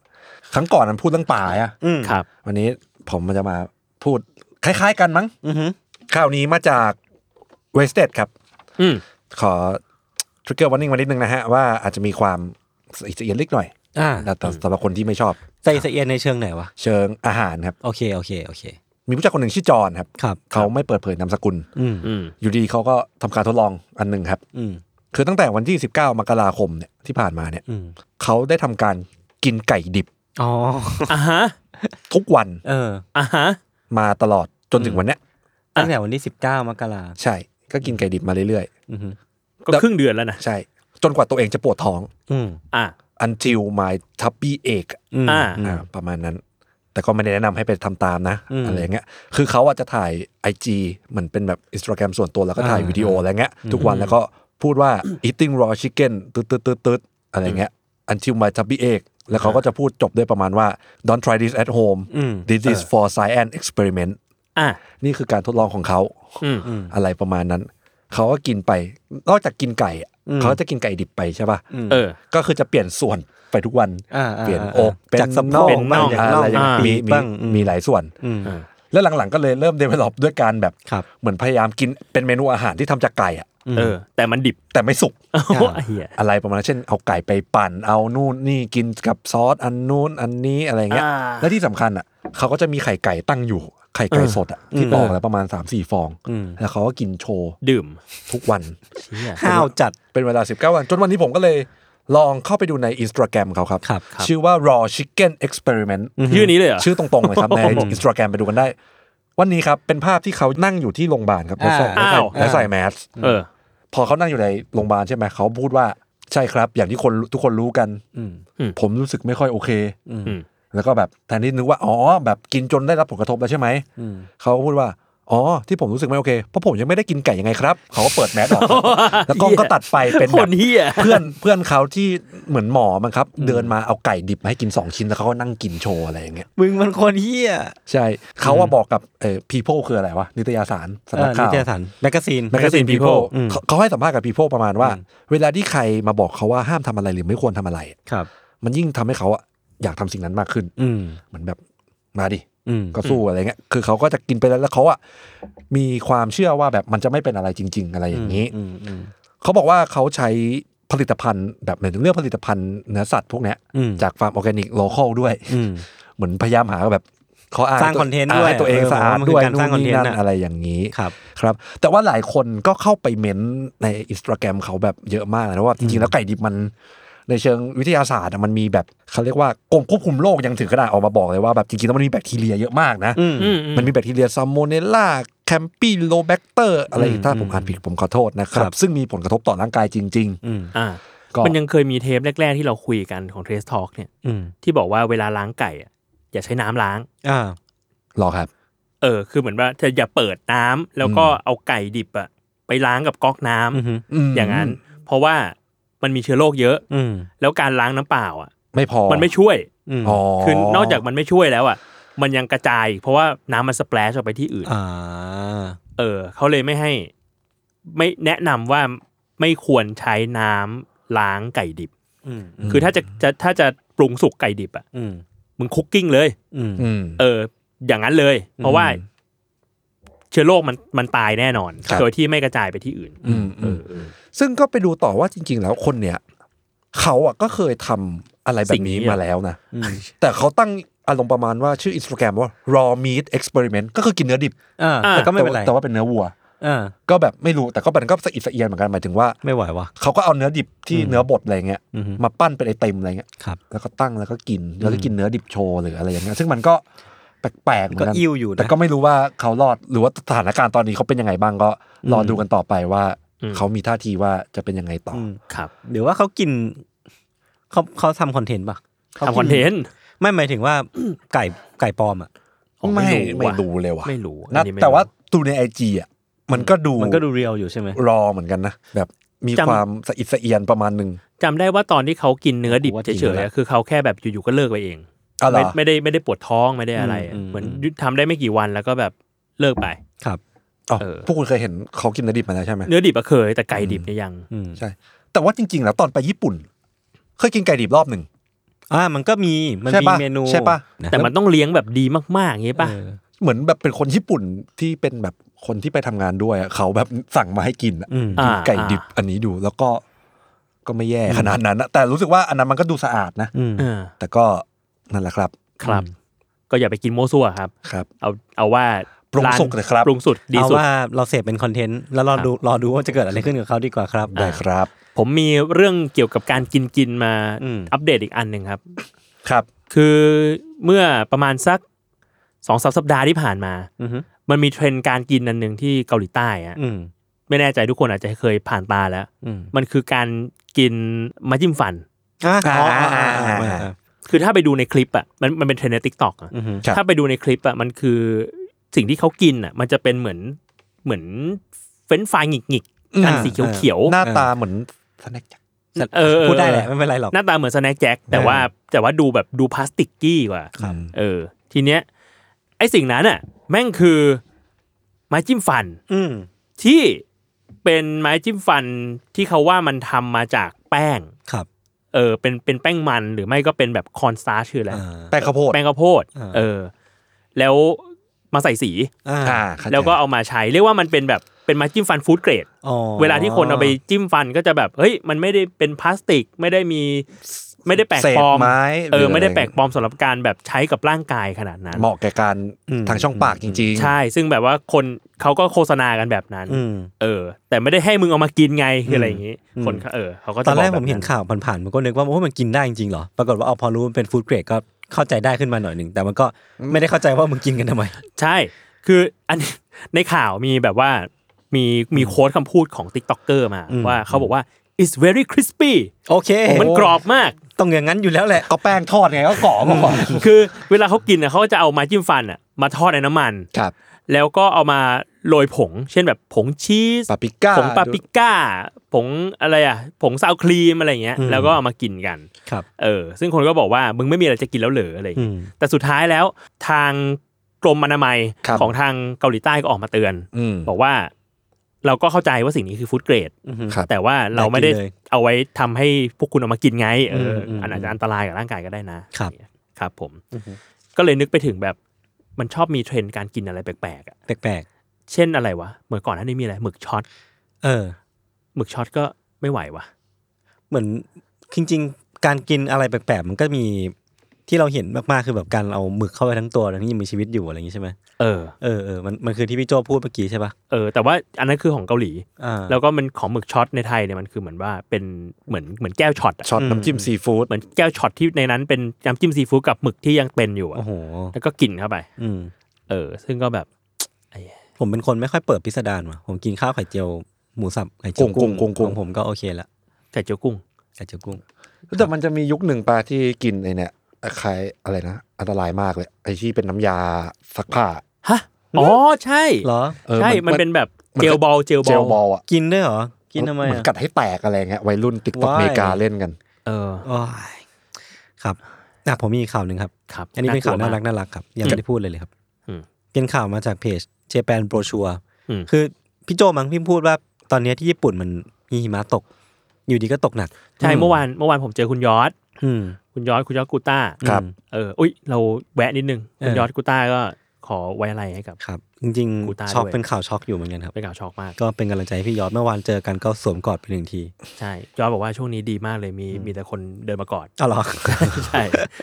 Speaker 5: ครั้งก่อนมันพูดเรื่องป่าอะ
Speaker 4: อืม
Speaker 3: ครับ
Speaker 5: วันนี้ผมมันจะมาพูดคล้าย ๆ กันมั้ง
Speaker 4: อือหือ
Speaker 5: ข่าวนี้มาจากเวสเ e ดครับ
Speaker 3: อืม
Speaker 5: ขอทริกเกอร์วันนิ่งมานิดนึงนะฮะ ว่าอาจจะมีความละเอียดเล็กหน่อย
Speaker 4: อ่า
Speaker 5: แต่แต่สำหรับคนที่ไม่ชอบ
Speaker 4: ใจสะเอียนในเชิงไหนวะ
Speaker 5: เชิงอาหารครับ
Speaker 4: โอเคโอเคโอเค
Speaker 5: มีผู้ชายคนหนึ่งชื่อจอห์นครับ
Speaker 4: ครับ
Speaker 5: เขาไม่เปิดเผยนามสกุล
Speaker 4: อืม
Speaker 3: อืม
Speaker 5: อยู่ดีเขาก็ทำการทดลองอันหนึ่งครับ
Speaker 4: อืม
Speaker 5: คือตั้งแต่วันที่ 19 มกราคมเนี่ยที่ผ่านมาเนี่ย
Speaker 4: อืม
Speaker 5: เขาได้ทำการกินไก่ดิบ
Speaker 4: อ๋อ
Speaker 3: อ่ะฮะ
Speaker 5: ทุกวัน
Speaker 4: เออ
Speaker 3: อ่ะฮะ
Speaker 5: มาตลอดจนถึงวันเนี้ย
Speaker 4: ตั้งแต่วันที่สิบเก้ามกรา
Speaker 5: ใช่ ก็กินไก่ดิบมาเรื่อย
Speaker 4: อือหือ
Speaker 3: ก็ครึ่งเดือนแล้วนะ
Speaker 5: ๆ ใช่ จนกว่าตัวเองจะปวดท้อง
Speaker 4: อืม
Speaker 3: อ่ะ
Speaker 5: until my tubby ache
Speaker 4: อืม
Speaker 3: อ่า
Speaker 5: อ่าประมาณนั้น แต่ก็ไม่ได้แนะนำให้ไปทำตามนะ
Speaker 4: อืม
Speaker 5: อะไรอย่างเงี้ยคือเขาอะจะถ่าย IG เหมือนเป็นแบบอินสตาแกรมส่วนตัวแล้วก็ถ่าย
Speaker 4: อ่า
Speaker 5: วิดีโออะไรเงี้ยทุกวันแล้วก็พูดว่า eating raw chicken ตืดตืดตืดตืดอะไรเงี้ย until my tubby ache แล้วเขาก็จะพูดจบด้วยประมาณว่า don't try this at home
Speaker 4: อืม
Speaker 5: this is for science experiment
Speaker 3: อ่ะ
Speaker 5: นี่คือการทดลองของเขา
Speaker 3: อืม
Speaker 5: อะไรประมาณนั้น เขาก็กินไป นอกจากกินไก่อะ
Speaker 4: อืม
Speaker 5: เขาจะกินไก่ดิบไปใช่ป่ะ
Speaker 3: เออ
Speaker 5: ก็คือจะเปลี่ยนส่วนไปทุกวัน
Speaker 4: อ่าอ่า
Speaker 5: เปลี่ยนอกเป็น
Speaker 4: จากสะโพก
Speaker 5: เป็นน่อง
Speaker 4: บ้าง
Speaker 5: อะ
Speaker 4: จากน่อง
Speaker 5: ไรอย่าง
Speaker 4: บ้าง
Speaker 5: เงี้ยมีมี
Speaker 4: บ้างอืม
Speaker 5: มีหลายส่วน
Speaker 4: อืม
Speaker 5: แล้วหลังๆก็เลยเริ่ม develop ด้วยการแบบ
Speaker 4: ครับ
Speaker 5: เหมือนพยายามกินเป็นเมนูอาหารที่ทำจากไก่อะ
Speaker 3: เออ แต่มันดิบ
Speaker 5: แต่ไม่สุก
Speaker 3: โอ้เหี้ย
Speaker 5: อะไรประมาณนั้นเช่นเอาไก่ไปปั่นเอานู่นนี่กินกับซอสอันนู้นอันนี้อะไรเงี้ย
Speaker 3: อ่า
Speaker 5: และที่สำคัญอ่ะเขาก็จะมีไข่ไก่ตั้งอยู่ไข่ไก่สดอ่ะที่ปอกแล้วประมาณ3ามสี่ฟอง
Speaker 4: อืม
Speaker 5: แล้วเขาก็กินโชว์
Speaker 3: ดื่ม
Speaker 5: ทุกวัน
Speaker 3: เหี้ย
Speaker 4: ข้าวจัด
Speaker 5: เป็นเวลา 19 วัน จนวันนี้ผมก็เลยลองเข้าไปดูในอินสตาแกรมเขาครับ
Speaker 4: ครับครับ
Speaker 5: ชื่อว่า raw chicken experiment
Speaker 3: ชื่อนี้เลยเหรอ
Speaker 5: ชื่อตรงๆเลย
Speaker 3: <laughs>
Speaker 5: ครับ ในอินสตาแกรมไปดูกันได้ วันนี้ครับ เป็นภาพที่เขานั่งอยู่ที่โรงพยาบาลครับ แล้วใส่
Speaker 3: อ้าว
Speaker 5: แล้วใส่แมส
Speaker 3: เออ
Speaker 5: พอเขานั่งอยู่ในโรงพยาบาลใช่ไหมเขาพูดว่าใช่ครับ อย่างที่คนทุกคนรู้กัน
Speaker 4: อืม
Speaker 5: ผมรู้สึกไม่ค่อยโอเค
Speaker 3: อืม
Speaker 5: แล้วก็แบบแทนที่นึกว่า อ๋อ แบบกินจนได้รับผลกระทบแล้วใช่ไหม
Speaker 4: อืม
Speaker 5: เขาก็พูดว่า อ๋อ ที่ผมรู้สึกไม่โอเค เพราะผมยังไม่ได้กินไก่ยังไงครับ เขาก็เปิดแมสออกครับแล้วกล้องก็ตัดไปเป็น
Speaker 3: ค
Speaker 5: แบบ
Speaker 3: นเหี้ย
Speaker 5: เพื่อนเพื่อนเขาที่เหมือนหมอมั้งครับ เดินมาเอาไก่ดิบมาให้กินสองชิ้นแล้วเขาก็นั่งกินโชว์อะไรอย่างเงี้ย
Speaker 4: มึงมันคนเฮีย
Speaker 5: ใช่ เขาว่าบอกกับเอ่อ people คืออะไรวะ นิตยสารสำ
Speaker 4: เอ
Speaker 5: นั
Speaker 4: อก นิ
Speaker 5: ข่าว
Speaker 4: ตยสารแมกกาซีน
Speaker 5: แมกกาซีน
Speaker 3: Magazine
Speaker 5: people
Speaker 3: People
Speaker 4: อืม
Speaker 5: เขาเขาให้สัมภาษณ์กับ people ประมาณว่า เวลาที่ใครมาบอกเขาว่าห้ามทำอะไรหรือไม่ควรทำอะไร
Speaker 4: ครับ
Speaker 5: มันยิ่งทำให้เขาอะอยากทำสิ่งนั้นมากขึ้น
Speaker 4: อืม
Speaker 5: เหมือนแบบมาดิ
Speaker 4: อืม
Speaker 5: ก็สู้อะไรเงี้ย คือเขาก็จะกินไปแล้วแล้วเขาอะมีความเชื่อว่าแบบมันจะไม่เป็นอะไรจริง ๆ อะไรอย่างนี้
Speaker 4: อืมอืม
Speaker 5: เขาบอกว่าเขาใช้ผลิตภัณฑ์แบบเหมือนเรื่องผลิตภัณฑ์เนื้อสัตว์พวกเนี้ย
Speaker 4: อืม
Speaker 5: จากฟาร์มออร์แกนิกโลคอลด้วย
Speaker 4: อืม
Speaker 5: เหมือนพยายามหาแบบ เขาอ่าน
Speaker 4: สร้างคอนเทนต์ด้วย
Speaker 5: ให้ตัวเองสะ
Speaker 4: เอ
Speaker 5: อาด
Speaker 4: อมันคือ
Speaker 5: ด้วย
Speaker 4: การสร้างคอนเทนต์น่ะ
Speaker 5: อะไรอย่างนี้
Speaker 4: ครับ
Speaker 5: ครับแต่ว่าหลายคนก็เข้าไปเม้นต์ในอินสตาแกรมเขาแบบเยอะมากนะว่าจริงๆแล้วไก่ดิบมันในเชิงวิทยาศาสตร์อะมันมีแบบเขาเรียกว่ากรมควบคุมโรคยังถึงขนาดออกมาบอกเลยว่าแบบจริงๆแล้วมันมีแบคทีเรียเยอะมากนะ
Speaker 4: อืม
Speaker 3: อื
Speaker 5: มันมีแบคทีเรียซามโมเนล่าแคมปิโลแบคเตอร์อะไร
Speaker 4: อืม
Speaker 5: ถ้าผมอ่านผิดผมขอโทษนะครับ
Speaker 4: ครับ
Speaker 5: ซึ่งมีผลกระทบต่อร่างกายจริง
Speaker 4: อืม
Speaker 3: อ่า
Speaker 5: ๆ ก็
Speaker 3: มันยังเคยมีเทปแรก ๆ ที่เราคุยกันของเทสทอล์กเนี่ย
Speaker 4: อืม
Speaker 3: ที่บอกว่าเวลาล้างไก่อะอย่าใช้น้ำล้าง
Speaker 4: อ่า
Speaker 5: หรอครับ
Speaker 3: เออคือเหมือนว่าจะอย่าเปิดน้ำแล้วก็เอาไก่ดิบอะไปล้างกับก๊อกน้ำ
Speaker 4: อือฮึ
Speaker 5: ม
Speaker 3: อย่างนั้น เพราะว่ามันมีเชื้อโรคเยอะ
Speaker 4: อืม
Speaker 3: แล้วการล้างน้ำเปล่าอ่ะ
Speaker 5: ไม่พอ
Speaker 3: มันไม่ช่วย
Speaker 4: อืม
Speaker 5: อ๋อ
Speaker 3: คือนอกจากมันไม่ช่วยแล้วอ่ะ มันยังกระจาย เพราะว่าน้ำมันสเปลชออกไปที่อื่น
Speaker 4: อ่า
Speaker 3: เออเขาเลยไม่ให้ ไม่แนะนำว่าไม่ควรใช้น้ำล้างไก่ดิบ
Speaker 4: อืม
Speaker 3: คือถ้าจะจะถ้าจะปรุงสุกไก่ดิบอ่ะ
Speaker 4: อืม
Speaker 3: มึงคุกกิ้งเลย
Speaker 4: อืม
Speaker 5: อืม
Speaker 3: เออ อย่างนั้นเลย เพราะว่า
Speaker 4: อืม
Speaker 3: เชื้อโรคมันมันตายแน่นอน
Speaker 5: ครับ
Speaker 3: โดยที่ไม่กระจายไปที่อื่น
Speaker 5: อืมอืมซึ่งก็ไปดูต่อว่าจริง ๆ แล้วคนเนี่ยเขาอ่ะก็เคยทำอะไรแบ
Speaker 3: สิ่
Speaker 5: บ
Speaker 3: งนี้
Speaker 5: นี้
Speaker 3: อะ
Speaker 5: มาแล้วนะ แต่เขาตั้งอารมณ์ประมาณว่าชื่ออินสตาแกรมว่า raw meat experiment ก็คือกินเนื้อดิบ
Speaker 4: อ่าแต่ก็ไม่เป็นไร
Speaker 5: แต่ว่าแต่ว่าเป็นเนื้อวัว
Speaker 4: อ่า
Speaker 5: ก็แบบไม่รู้แต่ก็มันก็สะอิดสะเอียนเหมือนกันหมายถึงว่า
Speaker 4: ไม่ไหววะ
Speaker 5: เขาก็เอาเนื้อดิบที่
Speaker 4: อืม
Speaker 5: เนื้อบดอะไรเงี้ย
Speaker 4: อืม
Speaker 5: มาปั้นเป็นไอติมอะไรเงี้ย
Speaker 4: ครับ
Speaker 5: แล้วก็ตั้งแล้วก็กินแล้วก็กินเนื้อดิบโชว์หรืออะไรอย่างเงี้ยซึ่งมันก็แปลกๆเหมือน
Speaker 4: ก็
Speaker 5: กัน
Speaker 4: อิ่วอยู่นะ
Speaker 5: แต่ก็ไม่รู้ว่าเขารอดหรือว่าสถานการณ์ตอนนี้เขาเป็นยังไงบ้างก็รอดูกันต่อไปว่า
Speaker 3: อืม
Speaker 5: เขามีท่าทีว่าจะเป็นยังไงต่อ
Speaker 4: อื
Speaker 5: อ
Speaker 4: ม
Speaker 3: ครับ
Speaker 4: หรือว่าเขากินเขาเขาทำคอนเทนต์ปะขากิ
Speaker 3: ทำคอนเทนต์
Speaker 4: ไม่หมายถึงว่า <coughs> ไก่ไก่ปลอมอ่ะ
Speaker 3: อ๋อ
Speaker 5: ไม่ไม่
Speaker 3: ว่ะ
Speaker 5: ดูเลยว่ะ
Speaker 3: ไม่รู้
Speaker 5: นะ
Speaker 3: อัไม่
Speaker 5: แต่ว่า
Speaker 3: รู้
Speaker 5: ดูในไอจีอ่ะมันก็ดู
Speaker 4: มันก็ดูเรียลอยู่ใช่ไหม
Speaker 5: รอเหมือนกันนะ แบบมี
Speaker 3: จำ
Speaker 5: ความสะอิดสะเอียนประมาณหนึ่ง
Speaker 3: จำได้ว่าตอนที่เขากินเนื้อดิบ
Speaker 4: ผมว่าจริง
Speaker 3: เฉยๆ
Speaker 4: แล้ว
Speaker 3: อะคือเขาแค่แบบอยู่ๆก็เลิกไปเอง
Speaker 5: อ๋อเหรอ
Speaker 3: ไม่ไม่ได้ไม่ได้ปวดท้องไม่ได้อะไรอะ
Speaker 4: อืมอืม
Speaker 3: เหมือนทำได้ไม่กี่วันแล้วก็แบบเลิกไป
Speaker 4: ครับ
Speaker 5: อ๋อ
Speaker 3: เออ
Speaker 5: พวกคุณเคยเห็นเขากินเนื้อดิบมาแล้วใช่ไหม
Speaker 3: เนื้อดิบอะเคยแต่ไก่ดิบเนี่ยยัง
Speaker 4: อืม
Speaker 5: ใช่ แต่ว่าจริง ๆ แล้วตอนไปญี่ปุ่น เคยกินไก่ดิบรอบหนึ่ง
Speaker 4: อ่ามันก็มีมัน
Speaker 5: ใช่
Speaker 4: มี
Speaker 5: ปะ
Speaker 4: เมนู
Speaker 5: ใช่ปะ
Speaker 3: แต่มันต้องเลี้ยงแบบดีมากๆอย่างงี้ป่ะ
Speaker 4: เออ
Speaker 5: เหมือนแบบเป็นคนญี่ปุ่นที่เป็นแบบคนที่ไปทำงานด้วยอะเขาแบบสั่งมาให้กินอะ
Speaker 4: อืม
Speaker 3: อ่า
Speaker 5: กินไก่ดิบอันนี้ดูแล้วก็ก็ไม่แย่ขนาดนั้นนะแต่รู้สึกว่าอันนั้นมันก็ดูสะอาดนะ
Speaker 4: อืม
Speaker 3: อ่า
Speaker 5: แต่ก็นั่นแหละครับ
Speaker 3: ครับ ก็อย่าไปกินโมวซั่วครับ
Speaker 5: ครับ
Speaker 3: เอาเอาว่า
Speaker 5: ปรุงสุกเลยครับ
Speaker 3: ปรุงสุดดี
Speaker 4: เอา
Speaker 3: สุด
Speaker 4: ว่าเราเสพเป็นคอนเทนต์แล้วรอดูรอดูว่าจะเกิดอะไรขึ้นกับเขาดีกว่าครับ
Speaker 5: ได้ครับ
Speaker 3: ผมมีเรื่องเกี่ยวกับการกินกินๆมา
Speaker 4: อืม
Speaker 3: อัปเดตอีกอันหนึ่งครับ
Speaker 5: ครับ
Speaker 3: คือเมื่อประมาณสักสองสามสัปดาห์ที่ผ่านมา
Speaker 4: อือฮึ
Speaker 3: มันมีเทรนด์การกินอันหนึ่งที่เกาหลีใต้อะ
Speaker 4: อืม
Speaker 3: ไม่แน่ใจทุกคนอาจจะเคยผ่านตาแล้ว
Speaker 4: อืม
Speaker 3: มันคือการกินมาจิ้มฟัน
Speaker 4: อ่า
Speaker 5: อ่า
Speaker 4: อ๋ออ่าอ่า
Speaker 5: อ่า
Speaker 4: อ่า
Speaker 3: คือถ้าไปดูในคลิปอ่ะมันมันเป็นเทรนด์ในทิกตอก
Speaker 4: อือฮึ
Speaker 5: ครับ
Speaker 3: ถ้าไปดูในคลิปอ่ะมันคือสิ่งที่เขากินอ่ะ มันจะเป็นเหมือนเหมือนเฟ้นช์ฟรายหงิกหงิกๆอันสีเขียวเขียวๆ
Speaker 5: หน้าตาเหมือนสแน็คจักร
Speaker 3: เออ
Speaker 4: พูดได้แหละไม่เป็นไรหรอก
Speaker 3: หน้าตาเหมือนสแน็คแจ็คแต่ว่าแต่ว่าดูแบบดูพลาสติกกี้กว่า
Speaker 5: ครับ
Speaker 3: เออ ทีเนี้ยไอสิ่งนั้นอ่ะแม่งคือไม้จิ้มฟัน
Speaker 4: อืม
Speaker 3: ที่เป็นไม้จิ้มฟันที่เขาว่ามันทำมาจากแป้ง
Speaker 4: ครับ
Speaker 3: เออ เป็นเป็นแป้งมันหรือไม่ก็เป็นแบบคอนซาชื่ออะไร
Speaker 4: อ่า
Speaker 5: แป้งข้าวโพด
Speaker 3: แป้งข้าวโพด
Speaker 4: อ่า
Speaker 3: เออ แล้วมาใส่สี
Speaker 4: อ่า
Speaker 5: อ่าเข้าใจ
Speaker 3: แล้วก็เอามาใช้ เรียกว่ามันเป็นแบบเป็นไม้จิ้มฟันฟู้ดเกรด
Speaker 4: อ๋อ
Speaker 3: เวลาที่คนเอาไปจิ้มฟันก็จะแบบเฮ้ยมันไม่ได้เป็นพลาสติกไม่ได้มีไม่ได้แปลกปลอม
Speaker 5: เศษไม้
Speaker 3: เอ
Speaker 5: หรือ ออะไร
Speaker 3: ไม่ได้แปลกปลอมสำหรับการแบบใช้กับร่างกายขนาดนั้น
Speaker 5: เหมาะแก่การทางช่องปากจริงๆ
Speaker 3: ใช่ ซึ่งแบบว่าคนเขาก็โฆษณากันแบบนั้น
Speaker 4: อืม
Speaker 3: เออ แต่ไม่ได้ให้มึงเอามากินไงคืออะไรอย่างนี้
Speaker 4: อืม
Speaker 3: คนเขาเออเขาก็จะ
Speaker 4: ตอนแรก
Speaker 3: บ
Speaker 4: ผมเห็น
Speaker 3: บบ
Speaker 4: ข่าวผ่านๆผมก็นึกว่าโอ้มันกินได้จริงๆเหรอ ปรากฏว่าเอาพอรู้มันเป็นฟู้ดเกรดก็เข้าใจได้ขึ้นมาหน่อยหนึ่งแต่มันก็ไม่ได้เข้าใจว่ามึงกินกันทำไม
Speaker 3: ใช่ คืออัน <laughs> ในข่าวมีแบบว่ามีมีโค้ดคำพูดของ t ิ k t o k e r มา
Speaker 4: อืม
Speaker 3: ว่าเขาบอกว่า it's very crispy
Speaker 4: โอเค
Speaker 3: มันกรอบมาก
Speaker 4: ต้องอย่างนั้นอยู่แล้วแหละ
Speaker 5: ก็แป้งทอดไงก็กรอบมาก่อน
Speaker 3: คือเวลาเขากินน่ะเขาก็จะเอาไม้จิ้มฟันอ่ะมาทอดในน้ำมัน
Speaker 5: ครับ
Speaker 3: แล้วก็เอามาโรยผง เช่นแบบผงชีส
Speaker 5: ปาปริก้า
Speaker 3: ผงปาปริก้า ผงอะไรอ่ะ ผงซาวครีมอะไรอย่างเงี้ย
Speaker 4: อืม
Speaker 3: แล้วก็เอามากินกัน
Speaker 4: ครับ
Speaker 3: เออ ซึ่งคนก็บอกว่ามึงไม่มีอะไรจะกินแล้วเหรออะไรอย่างเงี้ย
Speaker 4: อืม
Speaker 3: แต่สุดท้ายแล้วทางกรมอนามัย
Speaker 5: ครับ
Speaker 3: ของทางเกาหลีใต้ก็ออกมาเตือน
Speaker 5: อืม
Speaker 3: บอกว่าเราก็เข้าใจว่าสิ่งนี้คือฟู้ดเกรด
Speaker 5: ครับ
Speaker 3: แต่ว่าเราไม่ได้
Speaker 4: ได้กินเลย
Speaker 3: เอาไว้ทำให้พวกคุณเอามากินไงเอออ
Speaker 4: ม
Speaker 3: อันอาจจะอันตรายกับร่างกายก็ได้นะครับ ครับผม ก็เลยนึกไปถึงแบบมันชอบมีเทรนด์การกินอะไรแปลกๆอะ
Speaker 4: แปลก
Speaker 3: เช่นอะไรวะเหมือนก่อนหน้านี้มีอะไรหมึกช็อต
Speaker 4: ๆเออ
Speaker 3: หมึกช็อตก็ไม่ไหววะ
Speaker 4: เหมือนจริงๆ การกินอะไรแปลกๆ มันก็มี ที่เราเห็นมากๆคือแบบการเอาหมึกเข้าไปทั้งตัวแล้วนี่ยังมีชีวิตอยู่อะไรอย่างงี้ใช่ไหม
Speaker 3: เออ
Speaker 4: เออเออมันมันคือที่พี่โจพูดเมื่อกี้ใช่ปะ
Speaker 3: เออ แต่ว่าอันนั้นคือของเกาหลี
Speaker 4: อ่า
Speaker 3: แล้วก็มันของหมึกช็อตในไทยเนี่ยมันคือเหมือนว่าเป็นเหมือนเหมือนแก้วช็อตอะ
Speaker 5: ช็อตน้ำจิ้มซีฟู้ด
Speaker 3: เหมือนแก้วช็อตที่ในนั้นเป็นน้ำจิ้มซีฟู้ดกับหมึกที่ยังเป็นอยู่อะ
Speaker 4: โอ้โห
Speaker 3: แล้วก็กินเข้าไป
Speaker 4: อืม
Speaker 3: เออ ซึ่งก็แบบ
Speaker 4: ผมเป็นคนไม่ค่อยเปิดพิสดารว่ะผมกินข้าวไข่เจียวหมูสับไข่เจียว
Speaker 5: กุ้งกุ้งกุ้งกุ้ง
Speaker 4: ของผมก็โอเคละ
Speaker 3: ไข่เจียวกุ้ง
Speaker 4: ไข่เจียวกุ้ง
Speaker 5: แต่มันจะมียุคหนึ่งปลาที่กินไอเนี่ยคล้ายอะไรนะ อันตรายมากเลยไอที่เป็นน้ำยาซักผ้า
Speaker 3: ฮะ อ๋อ ใช่
Speaker 4: เหรอ
Speaker 5: เออ
Speaker 3: ใช่
Speaker 5: มั
Speaker 3: มัน
Speaker 5: น
Speaker 3: เป็นแบบ
Speaker 5: มัน
Speaker 3: เจลบอล เจลบ
Speaker 5: เจ
Speaker 3: อ
Speaker 5: ลบอ
Speaker 3: ล
Speaker 5: ลอ่ะ
Speaker 4: กินด้วยเหรอ กินทำไม
Speaker 5: เหมื
Speaker 4: อะ
Speaker 5: อนกัดให้แตกอะไรเงี้ยวัยรุ่นติ๊กต็อก
Speaker 4: Why?
Speaker 5: อเมริกาเล่นกัน
Speaker 3: เออ
Speaker 4: อ้ายครับอ่ะผมมีอีกข่าวหนึ่งครับ
Speaker 3: ครับ
Speaker 4: อันนี้เป็นข่าวน่ารัก
Speaker 3: ลัวม
Speaker 4: น่ารักครับ ยังไม่ได้พูดเลยเลยครับ
Speaker 3: อืม
Speaker 4: เป็นข่าวมาจากเพจ Japan Brochure
Speaker 3: อืม
Speaker 4: คือพี่โจมั้งพี่พูดว่าตอนเนี้ยที่ญี่ปุ่นมันมีหิมะตก อยู่ดีก็ตกหนัก
Speaker 3: ใช่ เมื่อวาน เมื่อวานผมเจอคุณยอด
Speaker 4: อืม
Speaker 3: คุณยอดคุณยอดกูต้า
Speaker 4: ครับ
Speaker 3: เออ อุ้ย เราแวะนิดนึง คุณ
Speaker 4: เออ
Speaker 3: ยอดกูต้าก็ขอไว้อะไรให้กับ
Speaker 4: ครับ จริง
Speaker 3: กูตาย
Speaker 4: ๆช็อก
Speaker 3: ด้วย
Speaker 4: เป็นข่าวช็อกอยู่เหมือนกันครับ
Speaker 3: เป็นข่าวช็อกมาก
Speaker 4: ก็เป็นกำลังใจให้พี่ยอดเมื่อวานเจอกันก็สวมกอดไปหนึ่งที
Speaker 3: ใช่ ยอดบอกว่าช่วงนี้ดีมากเลย มี มีแต่คนเดินมากอด
Speaker 4: อ๋อเหรอ
Speaker 3: ใช่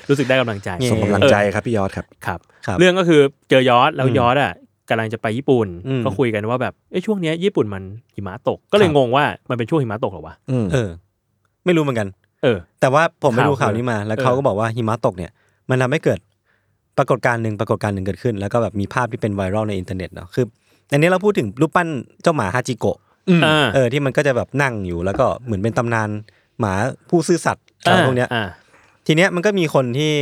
Speaker 3: รู้สึกได้กำลังใจ
Speaker 4: เย้
Speaker 5: ส่งกำลังใจครับพี่ยอดครับ
Speaker 3: ครับ
Speaker 4: ครับ
Speaker 3: เรื่องก็คือเจอยอดแล้ว
Speaker 4: อืม
Speaker 3: ยอดอ่ะกำลังจะไปญี่ปุ่น
Speaker 4: อืม
Speaker 3: ก็คุยกันว่าแบบเอ้ยช่วงเนี้ยญี่ปุ่นมันหิมะตก ก็เลย
Speaker 4: ครับ
Speaker 3: งงว่ามันเป็นช่วงหิมะตกเหรอวะ
Speaker 5: อืม
Speaker 4: เออ ไม่รู้เหมือนกัน
Speaker 3: เออ
Speaker 4: แต่ว่าผมไปดู
Speaker 3: ข่า
Speaker 4: ข่าว วนี้มา แล้ว
Speaker 3: เออ
Speaker 4: เขาก็บอกว่าหิมะตกเนี่ย มันทำให้เกิดปรากฏการณ์หนึ่งปรากฏการณ์หนึ่งเกิดขึ้น แล้วก็แบบมีภาพที่เป็นไวรัลในอินเทอร์เน็ตเนาะคืออันนี้เราพูดถึงรูปปั้นเจ้าหมาฮาจิโกะ
Speaker 3: ออ่า
Speaker 4: เออที่มันก็จะแบบนั่งอยู่ แล้วก็เหมือนเป็นตำนานหมาผู้ซื่อสัตย์อะไรพวกเนี้ย
Speaker 3: อ่า
Speaker 4: ทีเนี้ยมันก็มีคนที่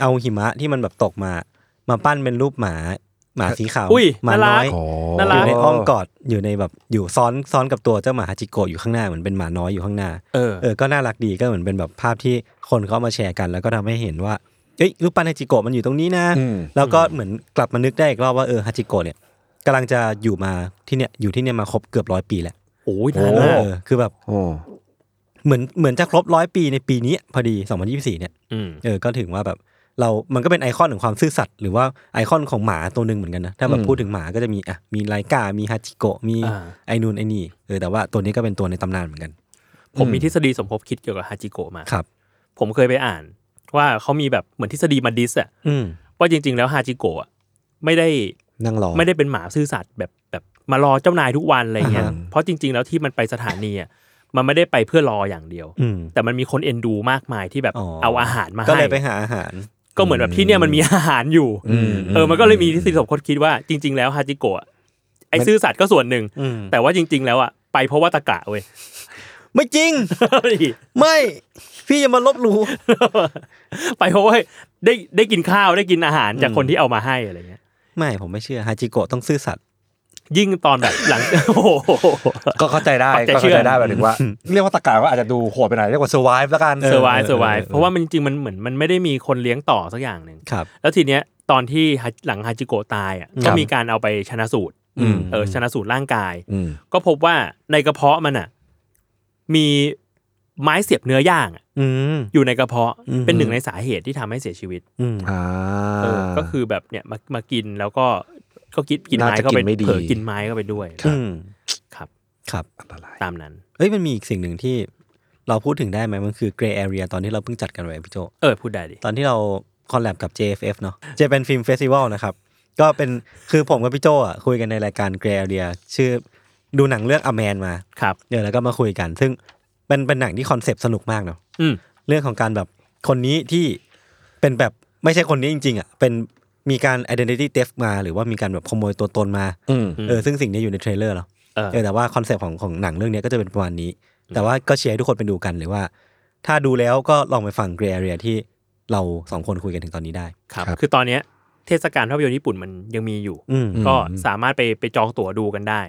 Speaker 4: เอาหิมะที่มันแบบตกมา มาปั้นเป็นรูปหมาหมาสีขาว
Speaker 3: อุ๊ย
Speaker 4: หมา
Speaker 3: น่ารัก
Speaker 4: น้อย
Speaker 5: อ๋อ
Speaker 3: น่า
Speaker 4: อ
Speaker 3: รัก
Speaker 4: ยู่ในอ้อมกอดอยู่ในแบบอยู่ซ้อนซ้อนกับตัวเจ้าหมาฮาจิโกะอยู่ข้างหน้าเหมือนเป็นหมาน้อยอยู่ข้างหน้า
Speaker 3: เออ
Speaker 4: เออ ก็น่ารักดี ก็เหมือนเป็นแบบภาพที่คนเขาเอามาแชร์กัน แล้วก็ทำให้เห็นว่า เอ้ย รูปปั้นฮาจิโกะมันอยู่ตรงนี้นะ
Speaker 5: อืม
Speaker 4: แล้วก็เหมือนกลับมานึกได้อีกรอบว่าเออฮาจิโกะเนี่ยกำลังจะอยู่มาที่เนี่ย อยู่ที่เนี่ยมาครบเกือบร้อยปีแล้ว
Speaker 3: โอ้ยนานมาก
Speaker 4: เออ คือแบบ
Speaker 5: โอ้
Speaker 4: เหมือนเหมือนจะครบร้อยปีในปีนี้พอดี 2024 เนี่ย
Speaker 3: อืม
Speaker 4: เออ ก็ถึงว่าแบบเรา มันก็เป็นไอคอนของความซื่อสัตย์หรือว่าไอคอนของหมาตัวหนึ่งเหมือนกันนะ ถ้าแบบพูดถึงหมาก็จะมี อ่ะ มีไลกา มีฮาจิโกะ มี
Speaker 3: อ่า
Speaker 4: ไอนูนไอนี่ เออ แต่ว่าตัวนี้ก็เป็นตัวในตำนานเหมือนกัน
Speaker 3: ผมมีทฤษฎีสมคบคิดเกี่ยวกับฮาจิโกะมา
Speaker 4: ครับ
Speaker 3: ผมเคยไปอ่าน ว่าเขามีแบบเหมือนทฤษฎีมาดิสอะ
Speaker 4: อืม
Speaker 3: ว่าจริง ๆ แล้วฮาจิโกะอะไม่ได้
Speaker 5: นั่งรอ
Speaker 3: ไม่ได้เป็นหมาซื่อสัตย์แบบแบบมารอเจ้านายทุกวันอะไรเงี้ย
Speaker 4: อ่าฮะ
Speaker 3: เพราะจริง ๆ แล้วที่มันไปสถานีอะมันไม่ได้ไปเพื่อรออย่างเดียว
Speaker 4: อืม
Speaker 3: แต่มันมีคนเอ็นดูมากมายที่แบบ
Speaker 4: อ๋อ
Speaker 3: เอาอาหารมาให้
Speaker 4: ก็เลยไปหาอาหาร
Speaker 3: ก็เหมือนแบบที่เนี่ยมันมีอาหารอยู่เออมันก็เลยมีทฤษฎีสมคบคิดว่าจริง ๆ แล้วฮาจิโกะอะไอซื่อสัตย์ก็ส่วนหนึ่ง
Speaker 4: อืม
Speaker 3: แต่ว่าจริง ๆ แล้วอ่ะไปเพราะว่าตะกะเว้ย
Speaker 4: ไม่จริง <laughs> ไม่ พี่อย่ามาลบหลู่
Speaker 3: <laughs> ไปเพราะว่าได้ได้กินข้าวได้กินอาหารจากคนที่เอามาให้อะไรเงี้ย
Speaker 4: ไม่ผมไม่เชื่อฮาจิโกะต้องซื่อสัตย์
Speaker 3: ยิ่งตอนแบบหลัง <laughs> โอ้โห
Speaker 5: ก็เข้าใจได้
Speaker 3: ปักใจ
Speaker 5: ก็
Speaker 3: เชื่
Speaker 5: เข้า
Speaker 3: อ
Speaker 5: ใจได้แบบถึงว่า เรียกว่าตะการก็อาจจะดูโหดไปหน่อยเรียกว่า survive แล้วกัน
Speaker 3: เซอร์ไวส์เซอร์ไวส์เพราะว่ามันจริงๆมันเหมือนมันไม่ได้มีคนเลี้ยงต่อสักอย่างหนึ่ง
Speaker 4: ครับ
Speaker 3: แล้วทีเนี้ยตอนที่ฮาหลังฮาจิโกะตายอ่ะ
Speaker 4: ครั
Speaker 3: ก็
Speaker 4: บ
Speaker 3: มีการเอาไปชนะสูตร
Speaker 4: อืม
Speaker 3: เออชนะสูตรร่างกาย
Speaker 5: อืม
Speaker 3: ก็พบว่าในกระเพาะมันอ่ะ มีไม้เสียบเนื้อย่างอะ
Speaker 4: อืม
Speaker 3: อยู่ในกระเพาะ
Speaker 4: อืม
Speaker 3: เป็นหนึ่งในสาเหตุที่ทำให้เสียชีวิต
Speaker 4: อืม
Speaker 5: อ่า
Speaker 3: เออก็คือแบบเนี่ยมามากินแล้วก็ก็กินกินไม้
Speaker 5: น่าจะ
Speaker 3: เข้าไป
Speaker 5: กินไม่ดี
Speaker 3: เผลอกินไม้เข้าไปด้วย
Speaker 4: อืม
Speaker 3: ครับ
Speaker 4: ครับ
Speaker 5: อันตราย
Speaker 3: ตามนั้น
Speaker 4: เอ้ยมันมีอีกสิ่งหนึ่งที่ เราพูดถึงได้ไหมมันคือ Grey Area ตอนที่เราเพิ่งจัดกันไว้พี่โจ
Speaker 3: เออพูดได้ดิ
Speaker 4: ตอนที่เราคอลแลบกับ JFF เนาะ Japan Film Festival นะครับ ก็เป็นคือผมกับพี่โจอ่ะคุยกันในรายการ Grey Area ชื่อดูหนังเรื่องอแมนมา
Speaker 3: ครับ
Speaker 4: เดี๋ยวแล้วก็มาคุยกัน ซึ่งเป็นเป็นหนังที่คอนเซปต์สนุกมากเนาะ
Speaker 3: อืม
Speaker 4: เรื่องของการแบบคนนี้ที่เป็นแบบไม่ใช่คนนี้จริงๆอ่ะเป็นมีการ identity theft มา หรือว่ามีการแบบขโมยตัวตนมา
Speaker 5: อืม
Speaker 4: เออซึ่งสิ่งนี้อยู่ในเทรลเลอร์เนาะ
Speaker 3: เออ
Speaker 4: เออแต่ว่าคอนเซปต์ของของหนังเรื่องนี้ก็จะเป็นประมาณนี้ แต่ว่าก็เชียร์ให้ทุกคนไปดูกันหรือว่า ถ้าดูแล้วก็ลองไปฟัง Grey Area ที่เราสองคนคุยกันถึงตอนนี้ได้
Speaker 3: ครับ
Speaker 5: ครับ
Speaker 3: คือตอนเนี้ยเทศกาลภาพยนตร์ญี่ปุ่นมันยังมีอยู่
Speaker 4: อืม
Speaker 3: ก็สามารถไปไปจองตั๋วดูกันได้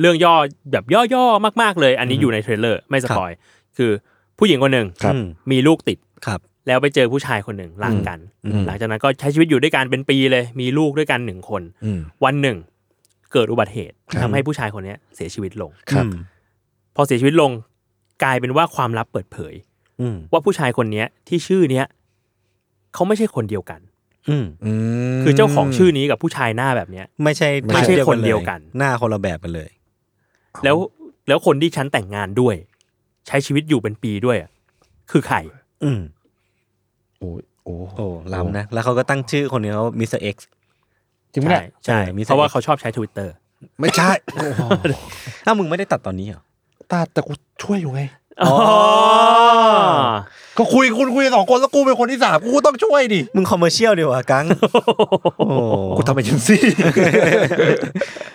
Speaker 3: เรื่องย่อแบบย่อๆมาก ๆ เลย อันนี้อยู่ในเทรลเลอร์ไม่สปอยคือผู้หญิงคนหนึ่ง
Speaker 4: ครับ
Speaker 3: มีลูกติด
Speaker 4: ครับ
Speaker 3: แล้วไปเจอผู้ชายคนหนึ่งรักกัน หลังจากนั้นก็ใช้ชีวิตอยู่ด้วยกันเป็นปีเลย มีลูกด้วยกันหนึ่งคน
Speaker 5: อืม
Speaker 3: วันหนึ่ง เกิดอุบัติเหตุ
Speaker 5: ครับ
Speaker 3: ทำให้ผู้ชายคนเนี้ยเสียชีวิตลง
Speaker 5: ครับ
Speaker 4: อืม
Speaker 3: พอเสียชีวิตลงกลายเป็นว่าความลับเปิดเผย
Speaker 4: อืม
Speaker 3: ว่าผู้ชายคนเนี้ยที่ชื่อเนี้ยเขาไม่ใช่คนเดียวกัน
Speaker 4: อืม
Speaker 5: อืม
Speaker 3: คือเจ้าของชื่อนี้กับผู้ชายหน้าแบบเนี้ย
Speaker 4: ไม่ใช่
Speaker 3: ไม่ใช่
Speaker 4: แบบ
Speaker 3: คนเดียวกัน
Speaker 4: ลหน้าคนละแบบกันเลย
Speaker 3: แล้วแล้วคนที่ฉันแต่งงานด้วย ใช้ชีวิตอยู่เป็นปีด้วยอะคือใคร
Speaker 4: อืม
Speaker 5: โอ้ย อ้
Speaker 4: โอ้ล้ำนะ แล้วเขาก็ตั้งชื่อคนนี้เขามิสเตอร์เอ็กซ์
Speaker 6: จริงไหม
Speaker 3: ใช่
Speaker 6: เนี่ย
Speaker 3: ใช่
Speaker 4: เออมี
Speaker 3: เพราะว่าเขาชอบใช้ทวิตเตอร์
Speaker 5: ไม่ใช่
Speaker 4: อ้าวมึงไม่ได้ตัดตอนนี้เหรอ
Speaker 5: ตาแต่กูช่วยอยู่ไง
Speaker 3: อ๋อ
Speaker 5: ก็คุยคุณคุยกันสองคนแล้วกูเป็นคนที่สามกูก็ต้องช่วยดิ
Speaker 4: มึงคอมเมอร์เชียลดีกว่ากังโอ้โห
Speaker 5: กูทำเอเจนซี่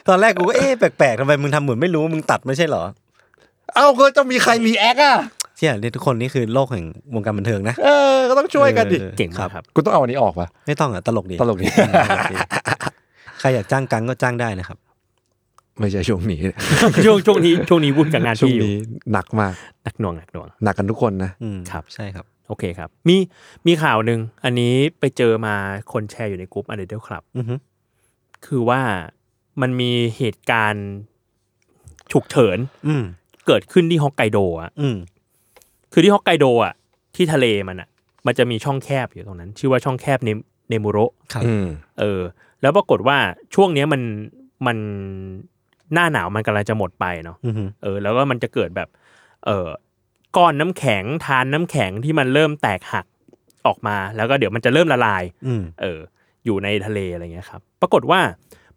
Speaker 4: ตอนแรกกูก็เอ๊ะแปลกๆทำไมมึงทำเหมือนไม่รู้มึงตัดไม่ใช่เหรอ
Speaker 5: เอ้าก็ต้องมีใครรีแอคอ่ะ
Speaker 4: เชี่ยเนี่ยทุกคนนี่คือโลกแห่งวงการบันเทิงนะ
Speaker 5: เออ ก็ต้องช่วยกันดิ
Speaker 4: ออ
Speaker 3: เจ๋งมากครับ
Speaker 5: กูต้องเอาอันนี้ออกปะ
Speaker 4: ไม่ต้องอ่ะตลกดี
Speaker 5: ตลกดิ
Speaker 4: อืมตลกดีใครอยากจ้างกังก็จ้างได้นะครับ
Speaker 5: <laughs> ไม่ใช่ช่วงนี้
Speaker 3: ช่วงช่วงนี้ช่วงนี้วุ่นกับงาน
Speaker 5: <laughs> ช่ว
Speaker 3: ที่
Speaker 5: ง
Speaker 3: อยู่
Speaker 5: นี้หนักมาก
Speaker 3: หนักหน่วงหนักหน่วง
Speaker 5: หนักกันทุกคนนะ
Speaker 4: อืม
Speaker 3: ครับ
Speaker 4: ใช่ครับ
Speaker 3: โอเคครับ มีมีข่าวหนึ่งอันนี้ไปเจอมาคนแชร์อยู่ในกลุ่มอันเดอร์ครับ
Speaker 4: อือฮึ
Speaker 3: คือว่ามันมีเหตุการณ์ฉุกเฉิน
Speaker 4: อืม
Speaker 3: เกิดขึ้นที่ฮอกไกโดอ่ะ
Speaker 4: อืม
Speaker 3: คือที่ฮอกไกโดอ่ะที่ทะเลมันอ่ะ มันจะมีช่องแคบอยู่ตรงนั้น ชื่อว่าช่องแคบเนมเนมูโระ
Speaker 4: ครับ
Speaker 5: อืม
Speaker 3: เออ แล้วปรากฏว่าช่วงเนี้ยมันมันหน้าหนาวมันกำลังจะหมดไปเนาะ
Speaker 4: อือฮึ
Speaker 3: เออแล้วก็มันจะเกิดแบบ เออก้อนน้ำแข็งทานน้ำแข็งที่มันเริ่มแตกหักออกมา แล้วก็เดี๋ยวมันจะเริ่มละลาย
Speaker 4: อืม
Speaker 3: เออ อยู่ในทะเลอะไรเงี้ยครับ ปรากฏว่า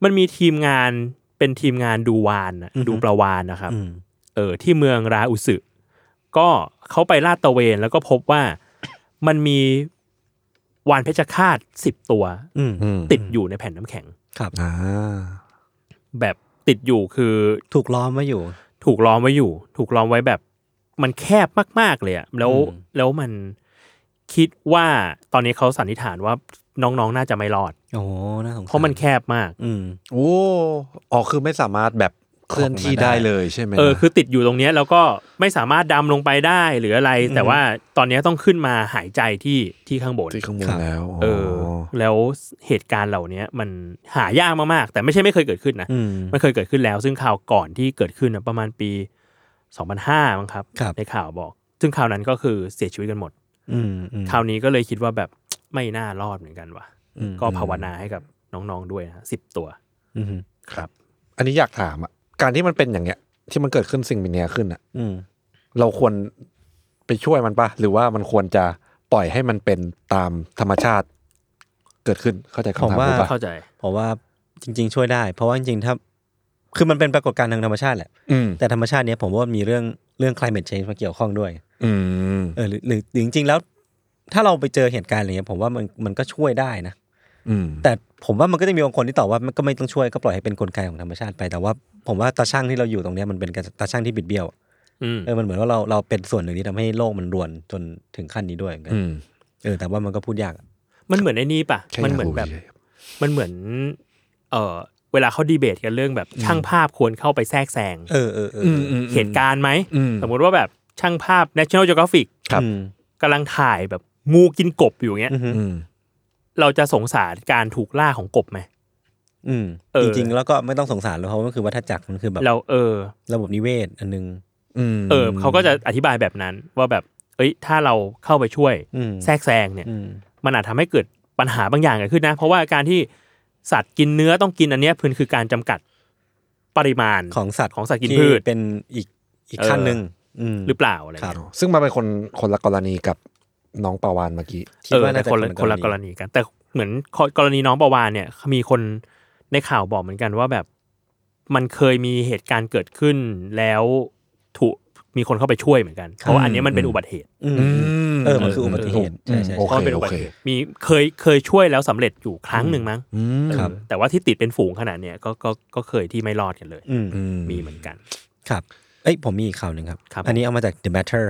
Speaker 3: มันมีทีมงานเป็นทีมงานดูวานน่ะดูปลาวานนะครับ
Speaker 4: อืม
Speaker 3: เออที่เมืองราอุสึก็เขาไปลาดตระเวนแล้วก็พบว่ามันมีวานเพชฌฆาตสิบตัว
Speaker 4: อืม
Speaker 5: อืม
Speaker 3: ติดอยู่ในแผ่นน้ำแข็ง
Speaker 4: ครับ
Speaker 5: อ่า
Speaker 3: แบบติดอยู่คือ
Speaker 4: ถูกล้อมไว้อยู่
Speaker 3: ถูกล้อมไว้อยู่ ถูกล้อมไว้แบบ มันแคบมาก ๆ เลยอะแล้ว
Speaker 4: อืม
Speaker 3: แล้วมันคิดว่าตอนนี้เขาสันนิษฐานว่าน้องๆ น่าจะไม่รอด
Speaker 4: โอ้โหน่าสงสาร
Speaker 3: เพราะมันแคบมาก
Speaker 4: อืม
Speaker 5: โอ้อ๋อคือไม่สามารถแบบเคลื่อนที่ได้เลยใช่ไหม
Speaker 3: เออ คือติดอยู่ตรงเนี้ยแล้วก็ไม่สามารถดำลงไปได้หรืออะไร แต่ว่าตอนเนี้ยต้องขึ้นมาหายใจที่ที่ข้างบน
Speaker 5: ที่ข้างบน
Speaker 4: ครับ
Speaker 5: แล้ว
Speaker 3: เออ แล้วเหตุการณ์เหล่าเนี้ยมันหายากมากๆ แต่ไม่ใช่ไม่เคยเกิดขึ้นนะ
Speaker 4: อืม
Speaker 3: มันเคยเกิดขึ้นแล้ว ซึ่งข่าวก่อนที่เกิดขึ้นน่ะประมาณปี 2005มั้งครับ
Speaker 4: ครับ
Speaker 3: ในข่าวบอก ซึ่งข่าวนั้นก็คือเสียชีวิตกันหมด
Speaker 4: อืมอืม
Speaker 3: คราวนี้ก็เลยคิดว่าแบบ ไม่น่ารอดเหมือนกันว่ะ
Speaker 4: อืม
Speaker 3: ก็ภาวนาให้กับน้องๆด้วยนะสิบตัว
Speaker 4: อืม
Speaker 5: อันนี้อยากถามอ่ะการที่มันเป็นอย่างเงี้ย ที่มันเกิดขึ้นสิ่งมีเนี้ยขึ้นอ่ะ
Speaker 4: อืม
Speaker 5: เราควรไปช่วยมันปะหรือว่ามันควรจะปล่อยให้มันเป็นตามธรรมชาติ เกิดขึ้นเข้าใจคำถาม
Speaker 4: ผมว่า
Speaker 5: กูปะ
Speaker 3: เข้าใจ
Speaker 4: ผมว่าจริง ๆ ช่วยได้ เพราะว่าจริงๆถ้าคือมันเป็นปรากฏการณ์ทางธรรมชาติแหละ
Speaker 5: อืม
Speaker 4: แต่ธรรมชาติเนี้ยผมว่ามีเรื่องเรื่อง climate change มาเกี่ยวข้องด้วย
Speaker 5: อืม
Speaker 4: เออหรือหรือหรือจริงๆแล้ว ถ้าเราไปเจอเหตุการณ์อะไรเงี้ยผมว่ามันมันก็ช่วยได้นะ
Speaker 5: อืม
Speaker 4: แต่ผมว่ามันก็จะมีบางคนที่ตอบว่ามันก็ไม่ต้องช่วยก็ปล่อยให้เป็นกลไกของธรรมชาติไปแต่ว่าผมว่าตาช่างที่เราอยู่ตรงเนี้ยมันเป็นตาช่างที่บิดเบี้ยว
Speaker 3: อืม
Speaker 4: เออมันเหมือนว่าเราเราเป็นส่วนหนึ่งที่ทำให้โลกมันรวนจนถึงขั้นนี้ด้วยเหมือนกัน
Speaker 5: อืม
Speaker 4: เออแต่ว่ามันก็พูดยากอะ
Speaker 3: มันเหมือนไอ้นี่ปะ
Speaker 5: แค่
Speaker 3: มัน
Speaker 5: ยาก
Speaker 3: เหมือน
Speaker 5: รู้
Speaker 3: แบบ
Speaker 5: เฉย
Speaker 3: มันเหมือน เออเวลาเขาดีเบตกันเรื่องแบบช่างภาพควรเข้าไปแทรกแซง
Speaker 4: เออเออเออ
Speaker 5: ๆอืมอืมอืม
Speaker 3: เหตุการณ์ไหม
Speaker 5: อืม
Speaker 3: สมมุติว่าแบบช่างภาพ National Geographic
Speaker 5: ครับ
Speaker 4: อืม
Speaker 3: กำลังถ่ายแบบงูกินกบอยู่เงี้ย
Speaker 4: อืม
Speaker 5: อืม
Speaker 3: เราจะสงสารการถูกล่าของกบไหม
Speaker 4: อืม
Speaker 3: เออ
Speaker 4: จริง ๆ แล้วก็ไม่ต้องสงสารหรอกเพราะว่ามันคือวัฏจักรมันคือแบบ
Speaker 3: เราเออ
Speaker 4: ระบบนิเวศอันนึง
Speaker 5: อืม
Speaker 3: เออเขาก็จะอธิบายแบบนั้นว่าแบบ เอ้ย ถ้าเราเข้าไปช่วย
Speaker 4: อืม
Speaker 3: แทรกแซงเนี่ย
Speaker 4: อืม
Speaker 3: มันอาจทำให้เกิดปัญหาบางอย่างเกิดขึ้นนะ เพราะว่าการที่สัตว์กินเนื้อต้องกินอันเนี้ยพื้นคือการจำกัดปริมาณ
Speaker 4: ของสัตว์
Speaker 3: ของสัตว์กิน
Speaker 4: ที่
Speaker 3: พืช
Speaker 4: เป็นอีกอีก
Speaker 3: เออ
Speaker 4: ขั้นหนึ่งม
Speaker 3: หรือเปล่าอะไร
Speaker 4: ครับ
Speaker 3: เงี้ย
Speaker 5: ซึ่งมันเป็นคนคนละกรณีกับน้องปาวานเมื่อกี้
Speaker 4: คิด
Speaker 3: เออ
Speaker 4: ว่า
Speaker 3: แต่
Speaker 4: น่าจะ
Speaker 3: คนละ
Speaker 4: เป็
Speaker 3: คนละกรณีกัน แต่เหมือนกรณีน้องประวานเนี่ยมีคนในข่าวบอกเหมือนกันว่าแบบมันเคยมีเหตุการณ์เกิดขึ้นแล้วถูกมีคนเข้าไปช่วยเหมือนกันเพราะว่าอันเนี้ยมันเป็นอุบัติเหตุ
Speaker 4: อืมเออมันคืออุบัติเหตุใช่ใช่
Speaker 5: โอ
Speaker 4: ใช่
Speaker 5: เค
Speaker 3: พราะมันเป็นอุบัติเหตุมีเคยเคยช่วยแล้วสำเร็จอยู่ครั้งหนึ่งมั้ง
Speaker 5: อืม
Speaker 4: ครับ
Speaker 3: เออแต่ว่าที่ติดเป็นฝูงขนาดเนี้ยก็ก็ก็เคยที่ไม่รอดกันเลย
Speaker 4: อืม
Speaker 5: อืม
Speaker 3: มีเหมือนกัน
Speaker 4: ครับ เอ้ยผมมีอีกข่าวหนึ่งครับ
Speaker 3: ครับ
Speaker 4: อันนี้เอามาจาก The Matter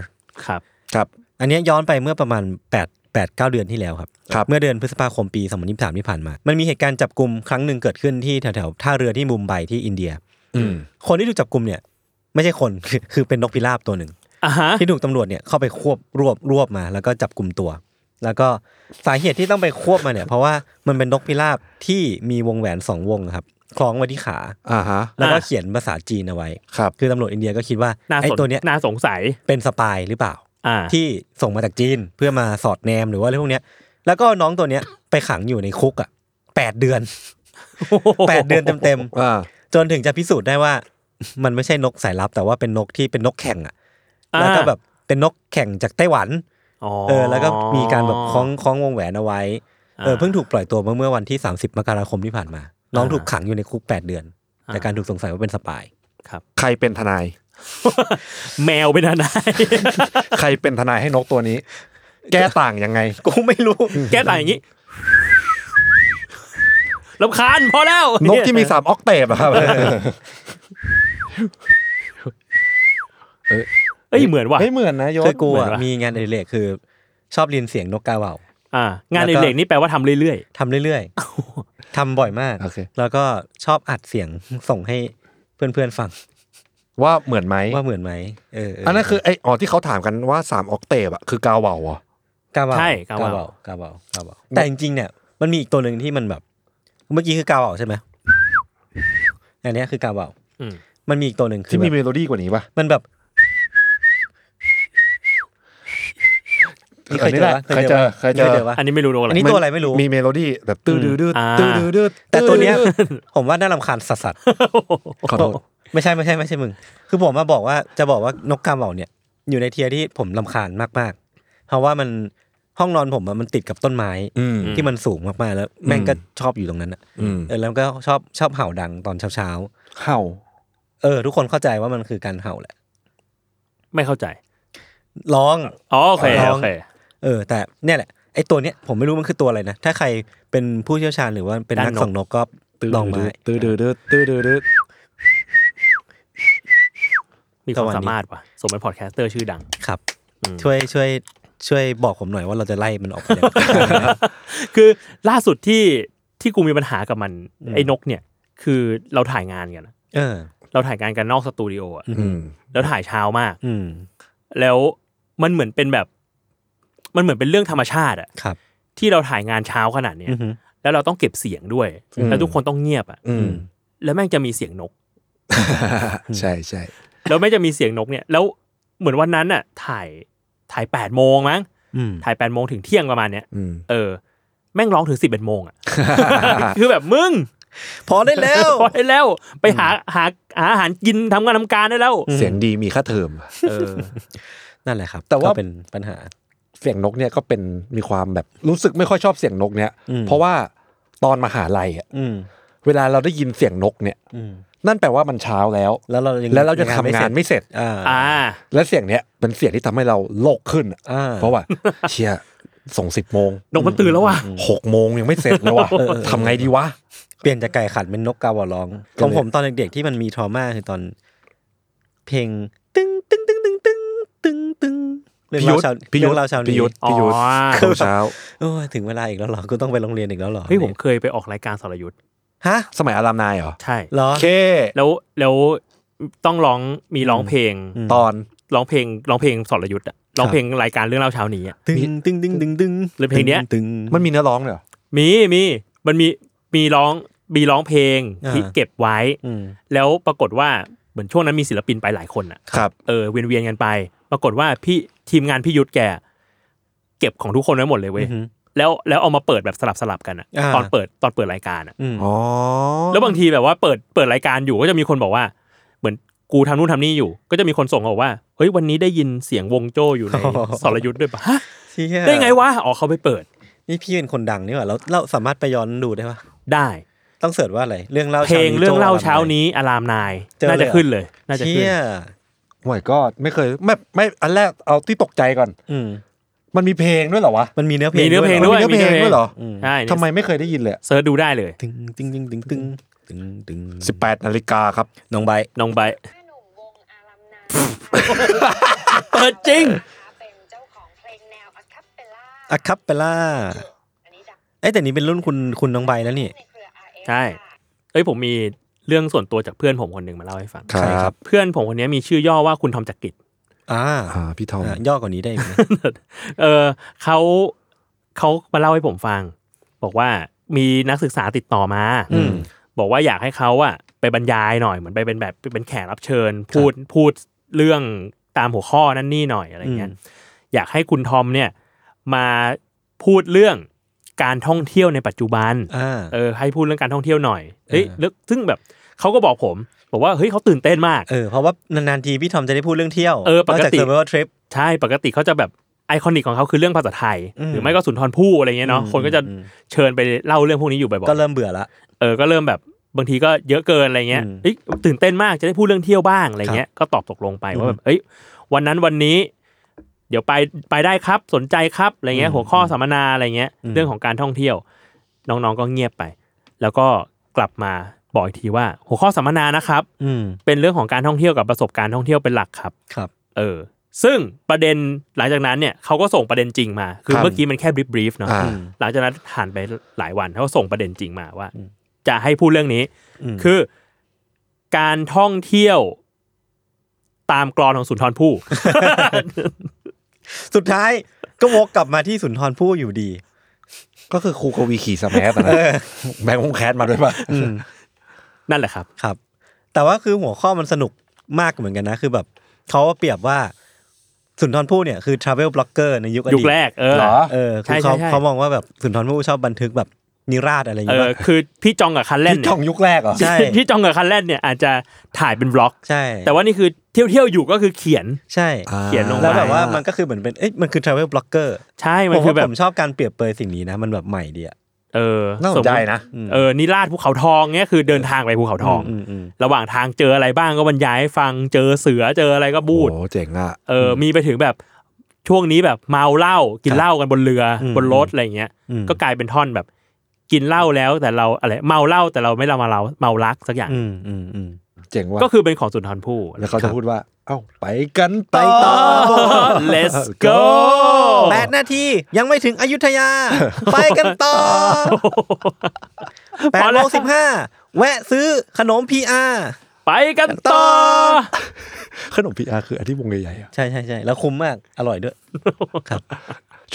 Speaker 3: ครับ
Speaker 5: ครับ
Speaker 4: อันเนี้ยย้อนไปเมื่อประมาณ8 8 9 เดือนที่แล้วครับ
Speaker 5: ครับ
Speaker 4: เมื่อเดือนพฤษภาคมปี 2023 ที่ผ่านมา มันมีเหตุการณ์จับกลุ่มครั้งหนึ่งเกิดขึ้นที่แถวๆท่าเรือที่มุมไบที่อินเดีย
Speaker 5: อืม
Speaker 4: คนที่ถูกจับกลุ่มเนี่ย ไม่ใช่คน <laughs> คือคือเป็นนกพิราบตัวหนึ่ง
Speaker 3: อ่าฮะ
Speaker 4: ที่ถูกตำรวจเนี่ยเข้าไปควบรวบรวบมา แล้วก็จับกลุ่มตัว แล้วก็สาเหตุที่ต้องไปควบมาเนี่ย เพราะว่ามันเป็นนกพิราบที่มีวงแหวนสองวงครับ คล้องไว้ที่ขา
Speaker 5: อ่าฮะ
Speaker 4: แล้วก็
Speaker 3: อ่า
Speaker 4: เขียนภาษาจีนเอาไว้
Speaker 5: ครับ
Speaker 4: คือตำรวจอินเดียก็คิดว่า
Speaker 3: น่า
Speaker 4: ไอ้
Speaker 3: สน
Speaker 4: ตัวเนี้ย
Speaker 3: น่าสงสัย
Speaker 4: เป็นสปายหรือเปล่า
Speaker 3: อ่า
Speaker 4: ที่ส่งมาจากจีนเพื่อมาสอดแนมหรือว่าอะไรพวกเนี้ย แล้วก็น้องตัวเนี้ยไปขังอยู่ในคุกอ่ะแปดเดือน <laughs> แปดเดือนเต็ม
Speaker 5: อ่า
Speaker 4: ๆจนถึงจะพิสูจน์ได้ว่า มันไม่ใช่นกสายลับ แต่ว่าเป็นนกที่เป็นนกแข่งอ่ะ
Speaker 3: อ่า
Speaker 4: แล้วก็แบบเป็นนกแข่งจากไต้หวัน
Speaker 3: อ๋อ
Speaker 4: เออแล้วก็มีการแบบคล้องคล้องวงแหวนเอาไว้เออเพิ่งถูกปล่อยตัวเมื่อเมื่อวันที่ 30 มกราคมที่ผ่านมา น้อง
Speaker 3: อ่า
Speaker 4: ถูกขังอยู่ในคุก 8 เดือนจากการถูกสงสัยว่าเป็นสปาย
Speaker 5: ใครเป็นทนาย
Speaker 3: แมวเป็นอะไร
Speaker 5: ใครเป็นทนายให้นกตัวนี้ แก้ต่างยังไง
Speaker 4: กูไม่รู้
Speaker 3: แก้ต่างอย่างนี้ลำคาญพอแล้ว
Speaker 5: นกที่มีสามออกเตปอะครับ
Speaker 3: เอ้ยเหมือนว่ะ
Speaker 5: ไม่เหมือนนะยศ
Speaker 4: คือกู
Speaker 3: เหมือ
Speaker 4: อะ
Speaker 3: นปะ
Speaker 4: มีงานอดิเรกคือ ชอบเรียนเสียงนกกาเหว่า
Speaker 3: อ่างานในเหล็กนี่แปลว่าทำเรื่อย
Speaker 4: ทำเรื่อยๆ ทำบ่อยมาก
Speaker 5: โอเค
Speaker 4: แล้วก็ชอบอัดเสียงส่งให้เพื่อนๆฟัง
Speaker 5: ว่าเหมือนไหม
Speaker 4: ว่าเหมือนไหมเออเ
Speaker 5: อันนั้นคือไออ๋อที่เขาถามกันว่าสามออกเตปอะคือกาวเวาเหรอ่ะ
Speaker 4: กาเหว่า
Speaker 3: ใช่
Speaker 4: กาก
Speaker 3: า
Speaker 4: เห
Speaker 3: เห
Speaker 4: ว่า
Speaker 3: ว่าก
Speaker 4: าเหว่ากาเหว่าแต่จริงๆเนี่ยมันมีอีกตัวหนึ่งที่มันแบบ เมื่อกี้คือกาเหว่าใช่ไหมอันเนี้ยคือกาเหว่า
Speaker 3: อืม
Speaker 4: มันมีอีกตัวหนึ่งคือ
Speaker 5: ที่มี
Speaker 4: แบบ
Speaker 5: เมโลดี้กว่านี้ปะ
Speaker 4: มันแบบนี่เคยเจอปะ
Speaker 5: เคยเจอเคยเจอ
Speaker 4: ปะ
Speaker 3: ๆ อันนี้ไม่รู้นกอะไร
Speaker 4: อันนี้ตัวอะไรไม่รู้
Speaker 5: มีเมโลดี้แบบตื้อดื้อดื้อ
Speaker 3: อ่า
Speaker 5: ตื้อดื้อดื้อ
Speaker 4: แต่ตัวเนี้ย
Speaker 5: ตื้อดื้อดื้
Speaker 4: ผมว่าน่ารำคาญสัสๆ
Speaker 5: อขอโทษ
Speaker 4: ไม่ใช่ไม่ใช่ไม่ใช่มึง คือผมมาบอกว่าจะบอกว่านกกาเหว่าเนี่ยอยู่ในเทียร์ที่ผมลำคาญมากๆ เพราะว่ามันห้องนอนผมอะมันติดกับต้นไม้
Speaker 5: อืม
Speaker 4: ที่มันสูงมากๆแล้ว แม่งก็ชอบอยู่ตรงนั้นอะ
Speaker 5: อืม
Speaker 4: เออแล้วก็ชอบชอบเห่าดังตอนเช้า
Speaker 5: เห่า
Speaker 4: ๆเออ ทุกคนเข้าใจว่ามันคือการเห่าแหละ
Speaker 3: <laughs> ไม่เข้าใจ
Speaker 4: ร้อง
Speaker 3: อ๋อโอเคโอเค
Speaker 4: เออ แต่เนี่ยแหละไอ้ตัวเนี้ยผมไม่รู้มันคือตัวอะไรนะถ้าใครเป็นผู้เชี่ยวชาญหรือว่าเป็นนัก
Speaker 3: ด้านนก
Speaker 4: ส่องนกก็ลองมา
Speaker 5: ตื้อดื้อดื้อตื้อดื้อดื้อ
Speaker 3: มีความ
Speaker 4: สวัสดี
Speaker 3: สามารถว่ะสมเป็นพอดแคสเตอร์ชื่อดัง
Speaker 4: ครับ
Speaker 3: อืม
Speaker 4: ช่วยช่วยช่วยบอกผมหน่อยว่าเราจะไล่มันออกไปยังไง
Speaker 5: <laughs>
Speaker 3: คือล่าสุดที่ที่กูมีปัญหากับมัน ไอ้นกเนี่ย คือเราถ่ายงานกันอะ
Speaker 4: เออ
Speaker 3: เราถ่ายงานกันนอกสตูดิโออะ
Speaker 4: อื
Speaker 5: อืม
Speaker 3: แล้วถ่ายเช้ามาก
Speaker 4: อืม
Speaker 3: แล้วมันเหมือนเป็นแบบ มันเหมือนเป็นเรื่องธรรมชาติอะ
Speaker 4: ครับ
Speaker 3: ที่เราถ่ายงานเช้าขนาดเนี้ย
Speaker 4: อือฮึ
Speaker 3: แล้วเราต้องเก็บเสียงด้วย แล้วทุกคนต้องเงียบอะ
Speaker 5: อืม
Speaker 3: แล้วแม่งจะมีเสียงนก
Speaker 5: ใช่ใช่
Speaker 3: แล้วแม่งจะมีเสียงนกเนี่ย แล้วเหมือนวันนั้นอะถ่ายถ่ายแปดโมงมั้ง
Speaker 4: อืม
Speaker 3: ถ่ายแปดโมงถึงเที่ยงประมาณเนี้ย
Speaker 5: อืม
Speaker 3: เออ แม่งร้องถึงสิบเอ็ดโมง
Speaker 4: <laughs>
Speaker 3: อะ คือแบบมึง
Speaker 4: พอได้แล้ว
Speaker 3: พอ <laughs> ได้แล้วไปหาหาหาอาหารกินทำงานทำการได้แล้ว
Speaker 5: เสียงดีมีค่าเทอม
Speaker 3: เออ
Speaker 4: นั่นแหละครับ
Speaker 5: แต่ว่า
Speaker 4: ก็เป็นปัญหา
Speaker 5: เสียงนกเนี่ยก็เป็นมีความแบบรู้สึกไม่ค่อยชอบเสียงนกเนี่ย
Speaker 4: อืม
Speaker 5: เพราะว่าตอนมหาลัยอะ
Speaker 4: อืม
Speaker 5: เวลาเราได้ยินเสียงนกเนี่ย
Speaker 4: อืม
Speaker 5: นั่นแปลว่ามันเช้าแล้ว
Speaker 4: แล้วเรายัง
Speaker 5: แล้วเราจะทำงานไม่เสร็จ
Speaker 4: อ่า
Speaker 3: อ่า
Speaker 5: และเสียงเนี้ยเป็นเสียงที่ทำให้เราโลกขึ้นอะ
Speaker 4: อ่า
Speaker 5: เพราะว่า เชียส่งสิบโมง
Speaker 3: นกมันตื่นแล้วว่ะ
Speaker 5: หกโมงยังไม่เสร็จเลยว่ะทำไงดีวะ
Speaker 4: เปลี่ยนจากไก่ขัดเป็นนกกาหวอร้อง
Speaker 5: ก็
Speaker 4: ขอ
Speaker 5: เลย
Speaker 4: งผมตอนเด็กๆที่มันมีทรมาคือตอน เพลง ตึ้งตึ้งตึ้งตึ้งตึ้งตึ้งตึ้งเรื่องราวเชาว
Speaker 5: พี่
Speaker 4: เรื่
Speaker 5: ยุ
Speaker 4: อ
Speaker 5: ท
Speaker 4: ง
Speaker 5: ธ
Speaker 4: ราวเชาว
Speaker 5: พี่
Speaker 4: นี้
Speaker 5: ยุทธพี่ยุทธ
Speaker 3: อ๋อ
Speaker 5: ตอนเช้า
Speaker 4: โอ้ยถึงเวลาอีกแล้วเหรอกูต้องไปโรงเรียนอีกแล้วเหรอ
Speaker 3: เฮ้ยผมเคยไปออกรายการสรยุทธ์
Speaker 4: ฮะ
Speaker 5: สมัยอารามนายเหรอ
Speaker 3: ใช่
Speaker 4: เหรอ
Speaker 5: โอเค
Speaker 3: แล้วแล้วต้องร้องมีร้องเพลง
Speaker 4: อืม
Speaker 5: ตอน
Speaker 3: ร้องเพลงร้องเพลงสรยุทธ์อะร้องเพลงรายการเรื่องเล่าเช้านี้อะ
Speaker 4: ตึ้งตึ้งตึ้งตึ้งตึ้ง
Speaker 3: หรือเพลงเนี้ย
Speaker 4: ตึ้ง
Speaker 5: มันมีเนื้อร้องเลยเหรอ
Speaker 3: มีมีมันมีมีร้องมีร้องเพลง
Speaker 4: อ่า
Speaker 3: ที่เก็บไว้
Speaker 4: อืม
Speaker 3: แล้วปรากฏว่าเหมือนช่วงนั้นมีศิลปินไปหลายคนอะ
Speaker 5: ครับ
Speaker 3: เออเวียนเวียนๆกันไป ปรากฏว่าพี่ทีมงานพี่ยุทธแก เก็บของทุกคนไว้หมดเลยเว้ย
Speaker 4: อือหือ
Speaker 3: แล้วแล้วเอามาเปิดแบบสลับสลับๆกันอะ
Speaker 4: อ่า
Speaker 3: ตอนเปิดตอนเปิดรายการอะ
Speaker 4: อืม
Speaker 5: อ๋อ
Speaker 3: แล้วบางทีแบบว่าเปิดเปิดรายการอยู่ก็จะมีคนบอกว่า เหมือนกูทำนู่นทำนี่อยู่ ก็จะมีคนส่งมาบอกว่าเฮ้ยวันนี้ได้ยินเสียงวงโจ้อยู่ในสรยุทธ์ด้วยปะฮะ
Speaker 4: เชี่ย
Speaker 3: ได้ไงวะอ๋อเขาไปเปิด
Speaker 4: นี่พี่เป็นคนดังนี่หว่าเราเราสามารถไปย้อนดูได้ปะ
Speaker 3: ได้
Speaker 4: ต้องเสิร์ชว่าอะไรเรื่องเล่า
Speaker 3: เพล
Speaker 4: ช้าง นี้
Speaker 3: เรื่องเล่า
Speaker 4: โจ้
Speaker 3: เช้า
Speaker 4: อะไร
Speaker 3: นี้อารามนาย
Speaker 4: เจอเลย
Speaker 3: น่าจะขึ้นเลย น่าจะขึ้น
Speaker 4: เชี่ย
Speaker 5: ห่วยก็ไม่เคยไม่ไม่อันแรกเอาที่ตกใจก่อน
Speaker 4: อืม
Speaker 5: มันมีเพลงด้วยเหรอวะ
Speaker 4: มันมีเนื้อเพลง
Speaker 3: มีเนื้อเพลงด้วย
Speaker 5: มีเนื้อเพลงด้วยเหรอ
Speaker 3: ใช่เนี่ย
Speaker 5: ทำไมไม่เคยได้ยินเลย
Speaker 3: เซิร์ชดูได้เลย
Speaker 4: ตึงตึงตึงตึงตึงตึงตึง
Speaker 5: สิบแปดนาฬิกาครับ
Speaker 4: น้องใบ
Speaker 3: น้องใบร์ทเปิดจริง
Speaker 6: เป็นเจ้าของเพลงแนวอะคัปเปลล่า
Speaker 4: อะคับเปล่าไอ้ยแต่นี่เป็นรุ่นคุณคุณน้องใบแล้วนี่
Speaker 6: ในเครือ RF
Speaker 3: ใช่ เอ้ยผมมีเรื่องส่วนตัวจากเพื่อนผมคนหนึ่งมาเล่าให้ฟัง
Speaker 5: ครับ
Speaker 4: ใช่ครับ
Speaker 3: เพื่อนผมคนนี้มีชื่อย่อว่าคุณทอมจักริด
Speaker 4: อ่า
Speaker 5: อ่าพี่ทอม
Speaker 4: อ่ะย่อกว่านี้ได้อีกไหม
Speaker 3: เออเขาเขามาเล่าให้ผมฟัง บอกว่ามีนักศึกษาติดต่อมา
Speaker 4: อืม
Speaker 3: บอกว่าอยากให้เขาอะไปบรรยายหน่อยเหมือนไปเป็นแบบเป็นแขกรับเชิญ พูดพูดเรื่องตามหัวข้อนั่นนี่หน่อยอะไรเงี้ยอยากให้คุณทอมเนี่ยมาพูดเรื่องการท่องเที่ยวในปัจจุบัน
Speaker 4: อ่า
Speaker 3: เออให้พูดเรื่องการท่องเที่ยวหน่อย เฮ้ย
Speaker 4: เออ
Speaker 3: แล้วซึ่งแบบเขาก็บอกผม บอกว่าเฮ้ยเขาตื่นเต้นมาก
Speaker 4: เออเพราะว่านานๆทีพี่ทอมจะได้พูดเรื่องเที่ยว
Speaker 3: เออปกติ
Speaker 4: นอจากเซอร์ไวเวอร์ทริป
Speaker 3: ใช่ปกติเขาจะแบบ ไอคอนิกของเขาคือเรื่องภาษาไทย
Speaker 4: อืม
Speaker 3: หรือไม่ก็สุนทรภู่อะไรเงี้ยเนาะ
Speaker 4: อืม
Speaker 3: คนก็จะ
Speaker 4: อืม
Speaker 3: เชิญไปเล่าเรื่องพวกนี้อยู่บ่อย
Speaker 4: ก็เริ่มเบื่อละ
Speaker 3: ๆเออก็เริ่มแบบบางทีก็เยอะเกินอะไรเงี้ย
Speaker 4: อืม
Speaker 3: เอ้ยตื่นเต้นมากจะได้พูดเรื่องเที่ยวบ้างอะไรเงี้ยก็ตอบตกลงไปว่าแบบเอ้ยวันนั้นวันนี้ เดี๋ยวไปไปได้ครับสนใจครับอะไรเงี้ย
Speaker 4: อืม
Speaker 3: หัวข้อสัมมนาอะไรเงี้ย
Speaker 4: อืม
Speaker 3: เรื่องของการท่องเที่ยว น้องๆก็เงียบไป แล้วก็กลับมาบอกอีกทีว่า หัวข้อสัมมนานะครับ
Speaker 4: อืม
Speaker 3: เป็นเรื่องของการท่องเที่ยวกับประสบการณ์ท่องเที่ยวเป็นหลักครับ
Speaker 4: ครับ
Speaker 3: เออ ซึ่งประเด็นหลังจากนั้นเนี่ยเขาก็ส่งประเด็นจริงมา คือ
Speaker 5: ครับ
Speaker 3: เมื่อกี้มันแค่บรีฟๆเนาะ
Speaker 5: อ่า
Speaker 3: หลังจากนั้นผ่านไปหลายวันเขาก็ส่งประเด็นจริงมาว่า จะให้พูดเรื่องนี้ คือ การท่องเที่ยวตามกรอนของสุนทรภู่
Speaker 4: สุดท้ายก็วกกลับมาที่สุนทรภู่อยู่ดี
Speaker 5: ก็คือครูกวีขี่สแมสอะนะแบงค์คงแคสมาด้วยป่ะ
Speaker 3: นั่นแหละครับ
Speaker 4: ครับ แต่ว่าคือหัวข้อมันสนุกมากเหมือนกันนะ คือแบบเขาเปรียบว่าสุนทรภู่เนี่ยคือทราเวลบล็อกเกอร์ในยุคอดีต
Speaker 3: ยุคแรก เออ
Speaker 5: เหร
Speaker 4: เออคือเขา
Speaker 3: ใช่ใช่ใช่
Speaker 4: เขามองว่าแบบสุนทรภู่ชอบบันทึกแบบนิราศอะไรอย่าง
Speaker 3: เอ
Speaker 4: เงี้
Speaker 3: อย คือพี่จองกับคันแล่น
Speaker 5: ที่
Speaker 3: เนี่
Speaker 5: ช่
Speaker 3: ย
Speaker 5: องยุคแรกเหรอ
Speaker 4: ใช่
Speaker 3: พี่จอง <laughs> กับคันแล่นเนี่ยอาจจะถ่ายเป็นบล็อก
Speaker 4: ใช่
Speaker 3: แต่ว่านี่คือเที่ยวๆอยู่ก็คือเขียน
Speaker 4: ใช่
Speaker 5: อ่า
Speaker 3: เขียนลงไป
Speaker 4: แล้วแบบว่ามันก็คือเหมือนเป็นเอ้ยมันคือทราเวลบล็อกเกอร์
Speaker 3: ใช่มั
Speaker 4: ผ
Speaker 3: น
Speaker 4: ม
Speaker 3: คือ
Speaker 4: ว่า
Speaker 3: แบ
Speaker 4: ผ
Speaker 3: บ
Speaker 4: มชอบการเปรียบเปรยสิ่งนี้นะ มันแบบใหม่ดีอ่ะ
Speaker 3: เออ
Speaker 5: น่าสนใจนะ
Speaker 3: มมุติเออนิราชภูเขาทองเนี่ยคือเดินทางไปภูเขาทอง
Speaker 4: อืมอืมอืม
Speaker 3: ระหว่างทางเจออะไรบ้างก็บรรยายให้ฟังเจอเสือเจออะไรก็บูด
Speaker 5: โอ้เจ๋งอ่ะ
Speaker 3: เอออมีไปถึงแบบช่วงนี้แบบเมาเหล้ากินเหล้ากันบนเรืออ
Speaker 4: ม
Speaker 3: บนรถอะไรเงี้ย
Speaker 4: อืม
Speaker 3: ก็กลายเป็นท่อนแบบ กินเหล้าแล้วแต่เราอะไรเมาเหล้าแต่เราไม่เรามาเราเมารักสักอย่าง
Speaker 4: อืมอืมอืม
Speaker 5: เจ๋งว่ะ
Speaker 3: ก็คือเป็นของสุนทรภู่
Speaker 5: แล้วเขาจะพูดว่า เอ้าไปกัน
Speaker 4: ไป
Speaker 5: ต่อ
Speaker 4: ต่อ
Speaker 3: <laughs> Let's go
Speaker 4: แปดนาทียังไม่ถึงอยุธ
Speaker 3: <laughs>
Speaker 4: ยา ไปกันต่อแปดโมงสิบห้าแวะซื้อขนมพีอา
Speaker 3: ไปกันต่อ
Speaker 5: ขนมพีอาคืออันที่วงใหญ่ๆอะ
Speaker 4: ใช่ใช่ใช่แล้วคุ้มมาก อร่อยด้วย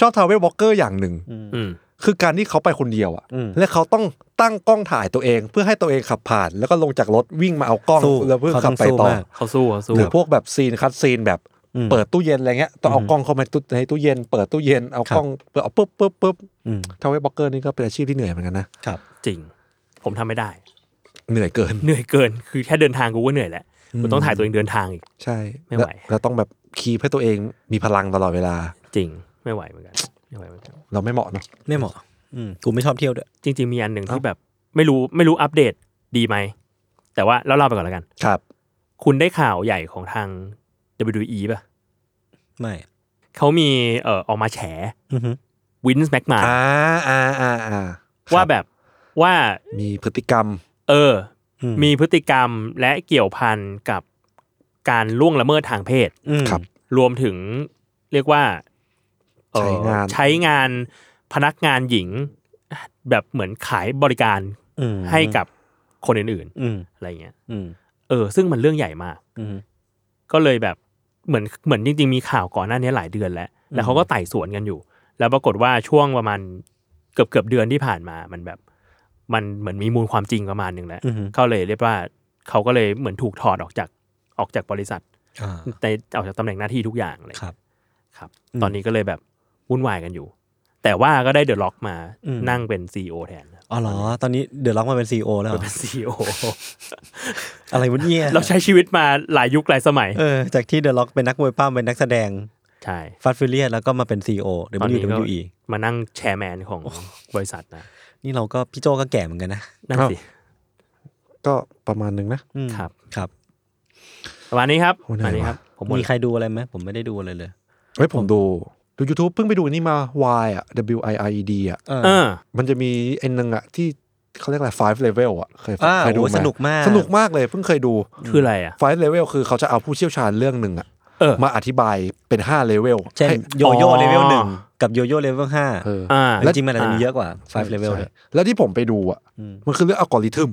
Speaker 5: ชอบทาวเวลวอล์กเกอร์อย่างหนึ่ง
Speaker 3: อืม
Speaker 5: คือการที่เขาไปคนเดียวอะ
Speaker 4: อืม
Speaker 5: และเขาต้องตั้งกล้องถ่ายตัวเอง เพื่อให้ตัวเองขับผ่าน แล้วก็ลงจากรถวิ่งมาเอากล้อง
Speaker 4: สู้
Speaker 5: แล้วเพื่อ
Speaker 4: เขาต้
Speaker 5: ขับ
Speaker 4: อง
Speaker 5: ไป
Speaker 4: สู้
Speaker 5: ต่อ
Speaker 4: มาก
Speaker 3: เขาสู้เขาสู้
Speaker 5: หรือพวกแบบซีนคัดซีนแบบ
Speaker 4: อืม
Speaker 5: เปิดตู้เย็นอะไรเงี้ยต้องเอากล้องเข้ามาในตู้เย็น เปิดตู้เย็นเอากล้องเปิดเอาปุ๊บปุ๊บปุ๊บ
Speaker 4: อืม
Speaker 5: ทาวเวลวอล์กเกอร์นี่ก็เป็นอาชีพที่เหนื่อยเหมือนกันนะครับ
Speaker 3: จริง ผมทำไม่ได้
Speaker 5: เหนื่อยเกิน
Speaker 3: เหนื่อยเกินคือแค่เดินทางกูก็เหนื่อยแล้วกูต้องถ่ายตัวเองเดินทางอีก
Speaker 5: ใช่
Speaker 3: ไม่ไหว
Speaker 5: แล้แล้วต้องแบบคีบให้ตัวเองมีพลังตลอดเวลา
Speaker 3: จริงไม่ไหวเหมือนกันไม่ไหวเหมือนกัน
Speaker 5: เราไม่เหมาะเนอะ
Speaker 4: ไม่เหมาะอืมกูไม่ชอบเที่ยวด้วย
Speaker 3: จริงๆมีอันหนึ่งที่แบบไม่รู้ไม่รู้อัปเดตดีไหม แต่ว่าเราเล่าไปก่อนแล้วกัน
Speaker 5: ครับ
Speaker 3: คุณได้ข่าวใหญ่ของทาง WWE ป่ะ
Speaker 4: ไม่
Speaker 3: เขามีเอ่อออกมาแฉ
Speaker 4: อือฮึ
Speaker 3: วินส์แม็กมา
Speaker 5: อ่าอ่าอ่าอ่า
Speaker 3: ว่า
Speaker 5: ครับ
Speaker 3: แบบว่า
Speaker 5: มีพฤติกรรม
Speaker 3: เออ
Speaker 4: อื
Speaker 3: อมีพฤติกรรมและเกี่ยวพันกับการล่วงละเมิดทางเพศ
Speaker 4: อืม
Speaker 5: ครับ
Speaker 3: รวมถึงเรียกว่าเอ่อ
Speaker 5: ใช้งาน
Speaker 3: ใช้งานพนักงานหญิง แบบเหมือนขายบริการ
Speaker 4: อืม
Speaker 3: ให้กับคนอื่น
Speaker 4: อืม
Speaker 3: ๆอะไรเงี้ย
Speaker 4: อืม
Speaker 3: เออ ซึ่งมันเรื่องใหญ่มาก
Speaker 4: อืม
Speaker 3: ก็เลยแบบเหมือนเหมือนจริง ๆ มีข่าวก่อนหน้านี้หลายเดือนแล้ว แล้วเขาก็ไต่สวนกันอยู่ แล้วปรากฏว่าช่วงประมาณเกือบเกือบเดือนที่ผ่านมา มันแบบ มันเหมือนมีมูลความจริงประมาณหนึ่งแล้ว
Speaker 4: อือฮึ
Speaker 3: เขาเลยเรียกว่าเขาก็เลยเหมือนถูกถอดออกจากออกจากบริษัท
Speaker 4: อ่า
Speaker 3: ในออกจากตำแหน่งหน้าที่ทุกอย่างเลย
Speaker 4: ครับ
Speaker 3: ครับ ตอนนี้ก็เลยแบบวุ่นวายกันอยู่ แต่ว่าก็ได้เดอะล็อกมา
Speaker 4: อืม
Speaker 3: นั่งเป็นซีอแทนนะ
Speaker 4: อ๋อเหรอ ตอนนี้เดือดร้อนมาเป็นซีอแล้วเหรอ
Speaker 3: เป็นซีอ
Speaker 4: อะไรวะเนี่ย
Speaker 3: <laughs> เราใช้ชีวิตมาหลายยุคหลายสมัย
Speaker 4: เออจากที่เดือดร้อนเป็นนักมวยป้ามเป็นนักแสดง
Speaker 3: ใช่
Speaker 4: ฟาสฟิเลียแล้วก็มาเป็นซีโอเดี๋ยว
Speaker 3: ตอ
Speaker 4: มัน น
Speaker 3: นี้
Speaker 4: อยู่
Speaker 3: ก็
Speaker 4: มันอยู่อี
Speaker 3: มานั่งแชร์แมนของบริษัทนะ
Speaker 4: นี่เราก็พี่โจก็แก่เหมือนกันนะ
Speaker 3: นั่นสิ
Speaker 5: ก็ประมาณนึงนะ
Speaker 4: อืม
Speaker 3: ครับ
Speaker 4: ครับ
Speaker 3: ประมาณนี้ครับ
Speaker 5: โอ้เหนื่อย
Speaker 3: อันนี้
Speaker 5: ว่ะ
Speaker 3: ครับ ผมหมด
Speaker 4: มีใครดูอะไรไหมผมไม่ได้ดูอะไรเลย
Speaker 5: เฮ้ยผมดู ดู YouTube เพิ่งไปดูอันนี่มา Y อ่ะ W I I E D อ่ะ
Speaker 4: เออ
Speaker 3: เออ
Speaker 5: มันจะมีไอ้หนึงอ่ะ ที่เขาเรียกอะไร five level อ่ะ เคย
Speaker 4: อ่า
Speaker 5: เคยดู
Speaker 4: โอ้ย
Speaker 5: ไห
Speaker 4: สนุกมาก
Speaker 5: สนุกมากเลยเพิ่งเคยดู
Speaker 3: คืออะไรอ่ะ
Speaker 5: five level คือเขาจะเอาผู้เชี่ยวชาญเรื่องหนึ่งอ่ะ
Speaker 3: เออ
Speaker 5: มาอธิบายเป็นห้า level
Speaker 4: เช่น
Speaker 5: ให้
Speaker 4: โยโย่
Speaker 3: อ๋อ
Speaker 4: เลเวลหนึ่งกับโยโย่เลเวลห้า
Speaker 5: เออ
Speaker 3: อ่า
Speaker 5: แล้
Speaker 4: แล้ว วจริงๆมันอาจจะมีเยอะกว่าไฟเลเวล
Speaker 5: ใช่
Speaker 4: เลย
Speaker 5: แล้วที่ผมไปดูอ่ะ มันคือเรื่องอัลกอริทึม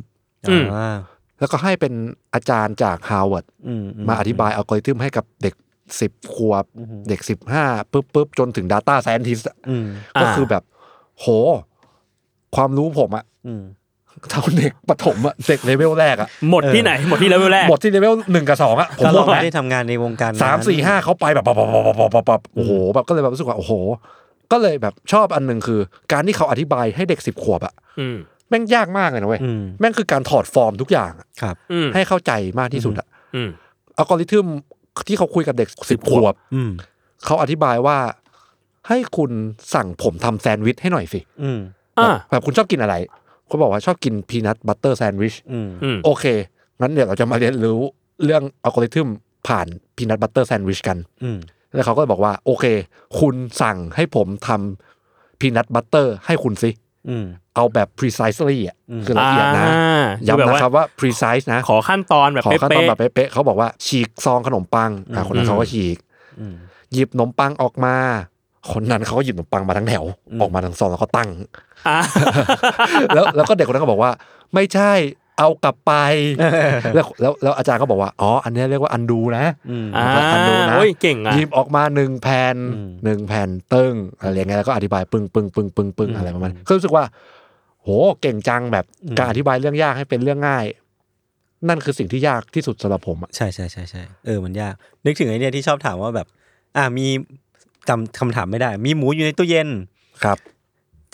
Speaker 3: อืม
Speaker 4: อ่า
Speaker 5: แล้วก็ให้เป็นอาจารย์จากฮาร์วาร์ด
Speaker 4: อื
Speaker 5: มาอธิบายอัลกอริทึมให้กับเด็กสิบขวบ เด็กสิบห้าปุ๊บปุ๊บจนถึง Data Scientist อะ
Speaker 4: อืม
Speaker 3: อ่า
Speaker 5: ก็คือแบบ โห ความรู้ผมอะ
Speaker 4: อืม
Speaker 5: เท่าเด็กปฐมอะเด็กเลเวลแรกอะ
Speaker 3: หมดที่ไหน หมดที่เลเวลแรก
Speaker 5: หมดที่เลเวลหนึ่งกับสองอะผม
Speaker 4: ก็เรา
Speaker 5: บอก
Speaker 4: ไม่
Speaker 5: นะ
Speaker 4: ได้ทำงานในวงการนั้น
Speaker 5: สามสี่ห้าเขาไปแบบปับปับปับปับปับปับโอ้โหแบบก็เลยแบบรู้สึกว่า โอ้โห ก็เลยแบบชอบอันหนึ่งคือ การที่เขาอธิบายให้เด็กสิบขวบอะ
Speaker 3: อืม
Speaker 5: แม่งยากมากเลยนะเว้ย
Speaker 4: อืม
Speaker 5: แม่งคือการถอดฟอร์มทุกอย่างอะ
Speaker 4: ครับ
Speaker 3: อืม
Speaker 5: ให้เข้าใจมากที่สุดอะ
Speaker 3: อืม
Speaker 5: อัลกอริทึมที่เขาคุยกับเด็กสิบขวบ
Speaker 4: อืม
Speaker 5: เขาอธิบายว่า ให้คุณสั่งผมทำแซนด์วิชให้หน่อยสิ
Speaker 4: อืม
Speaker 3: อ่า
Speaker 5: แบบคุณชอบกินอะไรเขาบอกว่าชอบกินพีนัทบัตเตอร์แซนด์วิช
Speaker 4: อืม
Speaker 3: อืม
Speaker 5: โอเค งั้นเดี๋ยวเราจะมาเรียนรู้เรื่องอัลกอริทึมผ่านพีนัทบัตเตอร์แซนด์วิชกัน
Speaker 4: อืม
Speaker 5: แล้วเขาก็บอกว่า โอเค คุณสั่งให้ผมทำพีนัทบัตเตอร์ให้คุณสิ
Speaker 4: อืม
Speaker 5: เอาแบบ precisely อ่ะ
Speaker 4: อืม
Speaker 5: คือละเอียดนะ
Speaker 3: อ่า
Speaker 5: ย้ำ
Speaker 3: อ
Speaker 5: นะครับว่า precise นะ
Speaker 3: ขอขั้นตอนแบบ
Speaker 5: ขอขั้นตอน
Speaker 3: เป๊ะ
Speaker 5: แบบเป๊ะๆเขาบอกว่าฉีกซองขนมปังอ่ะคนนั้นเขาก็ฉีก
Speaker 4: อืม
Speaker 5: หยิบขนมปังออกมา คนนั้นเขาก็หยิบขนมปังมาทั้งแถว
Speaker 4: อืม
Speaker 5: ออกมาทั้งซองแล้วก็ตั้ง <laughs>
Speaker 3: ๆอ่า
Speaker 5: แล้วแล้วก็เด็กคนนั้นก็บอกว่า ไม่ใช่เอากลับ <laughs> ไป แล้วแล้วแล้วอาจารย์ก็บอกว่า อ๋อ อันเนี้ยเรียกว่าอันดูนะ
Speaker 4: <laughs> อืม
Speaker 3: อ่า
Speaker 5: แล้วก็ทันดูนะ
Speaker 3: โอ้ยเก่งอ่ะ
Speaker 5: หยิบออกมาหนึ่งแผ่น
Speaker 4: อืม
Speaker 5: หนึ่งแผ่นเติ้งอะไรอย่างเงี้ยแล้วก็อธิบายปึ้งปึ้งปึ้งปึ้งปึ้งอะไรประมาณนั้นก็รู้สึกว่า โหเก่งจังแบบการอธิบายเรื่องยากให้เป็นเรื่องง่าย นั่นคือสิ่งที่ยากที่สุดสำหรับผมอะ
Speaker 4: ใช่ใช่ใช่ใช่เออมันยาก นึกถึงไอเนี่ยที่ชอบถามว่าแบบ อ่ามีจำคำถามไม่ได้ มีหมูอยู่ในตู้เย็น
Speaker 5: ครับ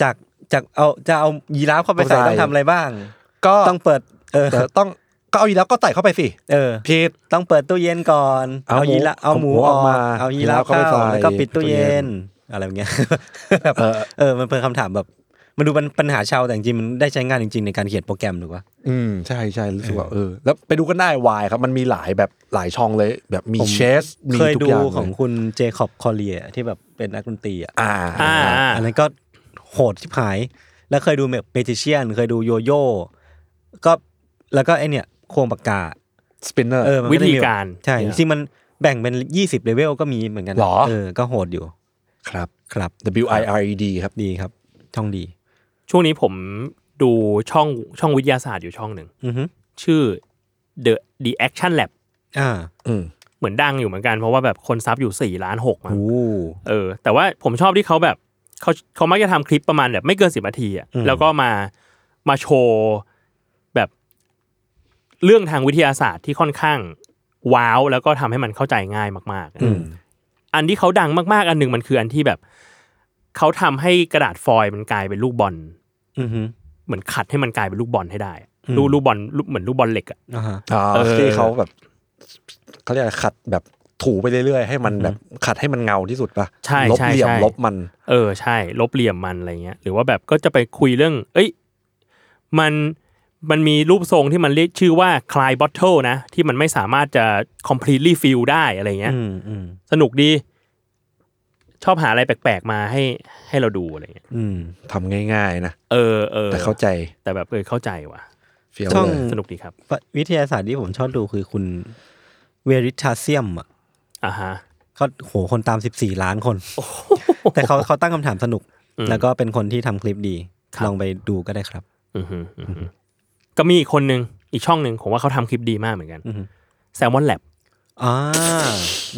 Speaker 4: จากจากเอาจะเอายีราฟเข้าไปใส่
Speaker 5: ต้องใส่
Speaker 4: ต้องทำอะไรบ้าง
Speaker 5: ก็
Speaker 4: ต้องเปิด เออ
Speaker 5: แต่ต้องก็เอาอีกแล้วก็ใส่เข้าไปสิ
Speaker 4: เออ
Speaker 5: ผิด
Speaker 4: ต้องเปิดตู้เย็นก่อน
Speaker 5: เอาหมู
Speaker 4: ยีราเอาหมูอ
Speaker 5: เอาห
Speaker 4: อ
Speaker 5: มูออกก
Speaker 4: มา
Speaker 5: มา
Speaker 4: เอายีราฟเข้า
Speaker 5: ยีราฟเข้าไปใส่
Speaker 4: แล้วก็ปิดตู้เย็
Speaker 5: ตู้เย็
Speaker 4: น
Speaker 5: น
Speaker 4: อะไรแบบเงี้ย <laughs>
Speaker 5: เออ
Speaker 4: เออมันเป็นคำถามแบบมันดูเป็นปัญหาชาวแต่จริงๆมันได้ใช้งานจริงๆในการเขียนโปรแกรมหรือวะ
Speaker 5: อืมใช่ใช่รู้สึกว่าเออ แล้วไปดูกันได้วายครับ มันมีหลายแบบหลายช่องเลย แบบมี
Speaker 4: ผม
Speaker 5: เชสมี
Speaker 4: เคย
Speaker 5: ทุก
Speaker 4: ดู
Speaker 5: อย่างเล
Speaker 4: ของคุณเจคอบคอเลียที่แบบเป็นนักดนตรีอ่ะ
Speaker 5: อ่า
Speaker 3: อ่าอ่า
Speaker 4: อันนั้นก็โหดที่หาย แล้วเคยดูแบบเมจิเชียน เคยดูโยโย่ก็แล้วก็ไอเนี่ยโควงปากกา
Speaker 5: สปินเนอร์
Speaker 4: เออมัน
Speaker 3: วิ
Speaker 4: ก็ได้
Speaker 3: ธี
Speaker 4: มีแบบ
Speaker 3: การ
Speaker 4: ใช่จริงๆมันแบ่งเป็น 20เลเวลก็มีเหมือนกันนะ
Speaker 5: หรอ
Speaker 4: เออก็โหดอยู่
Speaker 5: ครับ
Speaker 4: ครับ
Speaker 5: W I R E D ครับ
Speaker 4: ดีครับ ช่องดี
Speaker 3: ช่วงนี้ผมดูช่องช่องวิทยาศาสตร์อยู่ช่องหนึ่ง
Speaker 4: อือฮึ
Speaker 3: ชื่อ The The Action Lab
Speaker 4: อ่า
Speaker 5: อืม
Speaker 3: เหมือนดังอยู่เหมือนกัน เพราะว่าแบบคนซับอยู่ 4 ล้าน6มั้ง
Speaker 4: โอ้
Speaker 3: เออ แต่ว่าผมชอบที่เขาแบบเขาเขามักจะทำคลิปประมาณแบบไม่เกิน 10 นาทีอะแล้วก็มามาโชว์แบบเรื่องทางวิทยาศาสตร์ที่ค่อนข้างว้าว แล้วก็ทำให้มันเข้าใจง่ายมากๆ
Speaker 5: อืม
Speaker 3: อันที่เขาดังมากๆ อันหนึ่งมันคืออันที่แบบ เขาทำให้กระดาษฟอยล์มันกลายเป็นลูกบอล
Speaker 4: อือฮึ
Speaker 3: เหมือนขัดให้มันกลายเป็นลูกบอลให้ได้อะ
Speaker 4: อืม
Speaker 3: ลูกลูกบอลลูกเหมือนลูกบอลเหล็กอะ
Speaker 4: อ่าฮะ
Speaker 5: อ่า
Speaker 4: เออ
Speaker 5: ที่เขาแบบเขาเรียกอะไรขัดแบบถูไปเรื่อยๆ ให้มันแบบขัดให้มันเงาที่สุดปะ
Speaker 3: ใช่
Speaker 5: ลบ
Speaker 3: ใช่
Speaker 5: เหลี่ยม
Speaker 3: ใช่
Speaker 5: ลบมัน
Speaker 3: เออใช่ ลบเหลี่ยมมันอะไรเงี้ย หรือว่าแบบก็จะไปคุยเรื่อง เอ้ย มันมันมีรูปทรงที่มันเรียกชื่อว่าคลายบอทเทิลนะ ที่มันไม่สามารถจะ completely fill ได้อะไรเงี้ย
Speaker 4: อืมอืม
Speaker 3: สนุกดี ชอบหาอะไรแปลกๆมาให้ให้เราดูอะไรเงี้ย
Speaker 4: อืม
Speaker 5: ทำง่ายๆนะ
Speaker 3: เออเออ
Speaker 5: แต่เข้าใจ
Speaker 3: แต่แบบเออเข้าใจว่ะ
Speaker 5: เฟียว
Speaker 4: ช่อง
Speaker 5: เลย
Speaker 3: สนุกดีครับ
Speaker 4: วิทยาศาสตร์ที่ผมชอบดูคือคุณเวริทาเซียมอ่ะ
Speaker 3: อ่าฮะ
Speaker 4: เขาโหคนตามสิบสี่ล้านคน แต่เขาเขาตั้งคำถามสนุก
Speaker 3: อืม
Speaker 4: แล้วก็เป็นคนที่ทำคลิปดี
Speaker 3: ครับ
Speaker 4: ลองไปดูก็ได้ครับ
Speaker 3: อือฮึอือฮึก็มีอีกคนหนึ่งอีกช่องหนึ่งผมว่าเขาทำคลิปดีมากเหมือนกัน
Speaker 4: อือฮึ
Speaker 3: แซลมอนแลบ
Speaker 4: อ่า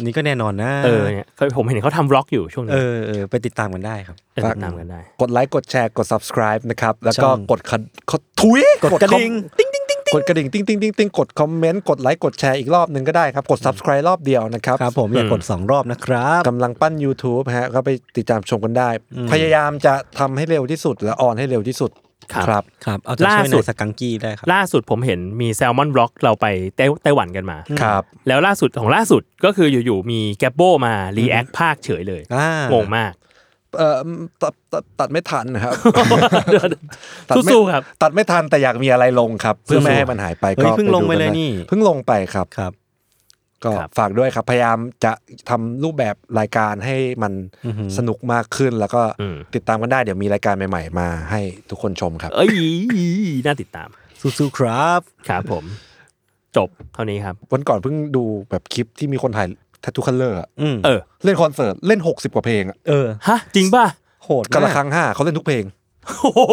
Speaker 4: นี่ก็แน่นอนนะ
Speaker 3: เออเนี่ยเคยผมเห็นเขาทำบล็อกอยู่ช่วง
Speaker 4: เอ
Speaker 3: นี้
Speaker 4: อเออไปติดตามกันได้ครับ
Speaker 3: เออติดตามกันได้
Speaker 5: กดไลค์กดแชร์กด subscribe นะครับ แล้ว
Speaker 4: ช่
Speaker 5: ก็
Speaker 4: อง
Speaker 5: กดคันกดทุย
Speaker 4: กดกระ
Speaker 5: คอม
Speaker 4: ดิ่งติ๊งติ๊งติ๊ง
Speaker 5: กดกระดิ่งติ้งติ้งติ้งติ้งกดคอมเมนต์ กดไลค์ กดแชร์อีกรอบหนึ่งก็ได้ครับ กด subscribe รอบเดียวนะครับ
Speaker 4: ครับผมอย่ากดสองรอบนะครับ
Speaker 5: กำลังปั้น YouTube ฮะก็ไปติดตามชมกันได้ พยายามจะทำให้เร็วที่สุด และออนให้เร็วที่สุด
Speaker 3: ครับ
Speaker 4: ครับ เอาใจช่วย
Speaker 3: ล่า
Speaker 4: ใน
Speaker 3: สุด
Speaker 4: สกังกี้ได้ครับ
Speaker 3: ล่าสุดผมเห็นมีแซลมอนบล็อกเราไปไต้ไต้หวันกันมา
Speaker 5: ครับ
Speaker 3: แล้วล่าสุดของล่าสุดก็คืออยู่ๆมีแกปโบมารีแอคภาคเฉยเลย
Speaker 4: อ่าง
Speaker 3: งงมาก
Speaker 5: เอ่อตัดตัดตัดไม่ทันนะครับ ตัดไม่
Speaker 3: สู้ๆครับ
Speaker 5: ตัดไม่ทันแต่อยากมีอะไรลงครับ เพื่อไม่ให้มันหายไป
Speaker 4: เฮ้
Speaker 5: ก็
Speaker 4: ยเพิ่งลงไปเลย
Speaker 5: ดูกัด้
Speaker 4: นี่
Speaker 5: เพิ่งลงไปครับ
Speaker 4: ครับ
Speaker 5: ก็
Speaker 3: ครับ
Speaker 5: ฝากด้วยครับ พยายามจะทำรูปแบบรายการให้มันสนุกมากขึ้น แล้วก็ติดตามกันได้เดี๋ยวมีรายการใหม่ ๆ มาให้ทุกคนชมครับ
Speaker 3: เอ้ยน่าติดตาม
Speaker 4: สู้ๆครับ
Speaker 3: ครับผม จบเท่านี้ครับ
Speaker 5: วันก่อนเพิ่งดูแบบคลิปที่มีคนถ่ายแททูคัลเลอร์
Speaker 4: อืม
Speaker 3: เออ
Speaker 5: เล่นคอนเสิร์ต เล่น 60 กว่าเพลงอะ
Speaker 4: เออ
Speaker 3: ฮะจริงป่ะ
Speaker 4: โหด
Speaker 5: กันละ
Speaker 4: มาก
Speaker 5: ครั้งห้าเขาเล่นทุกเพลง
Speaker 3: โอ้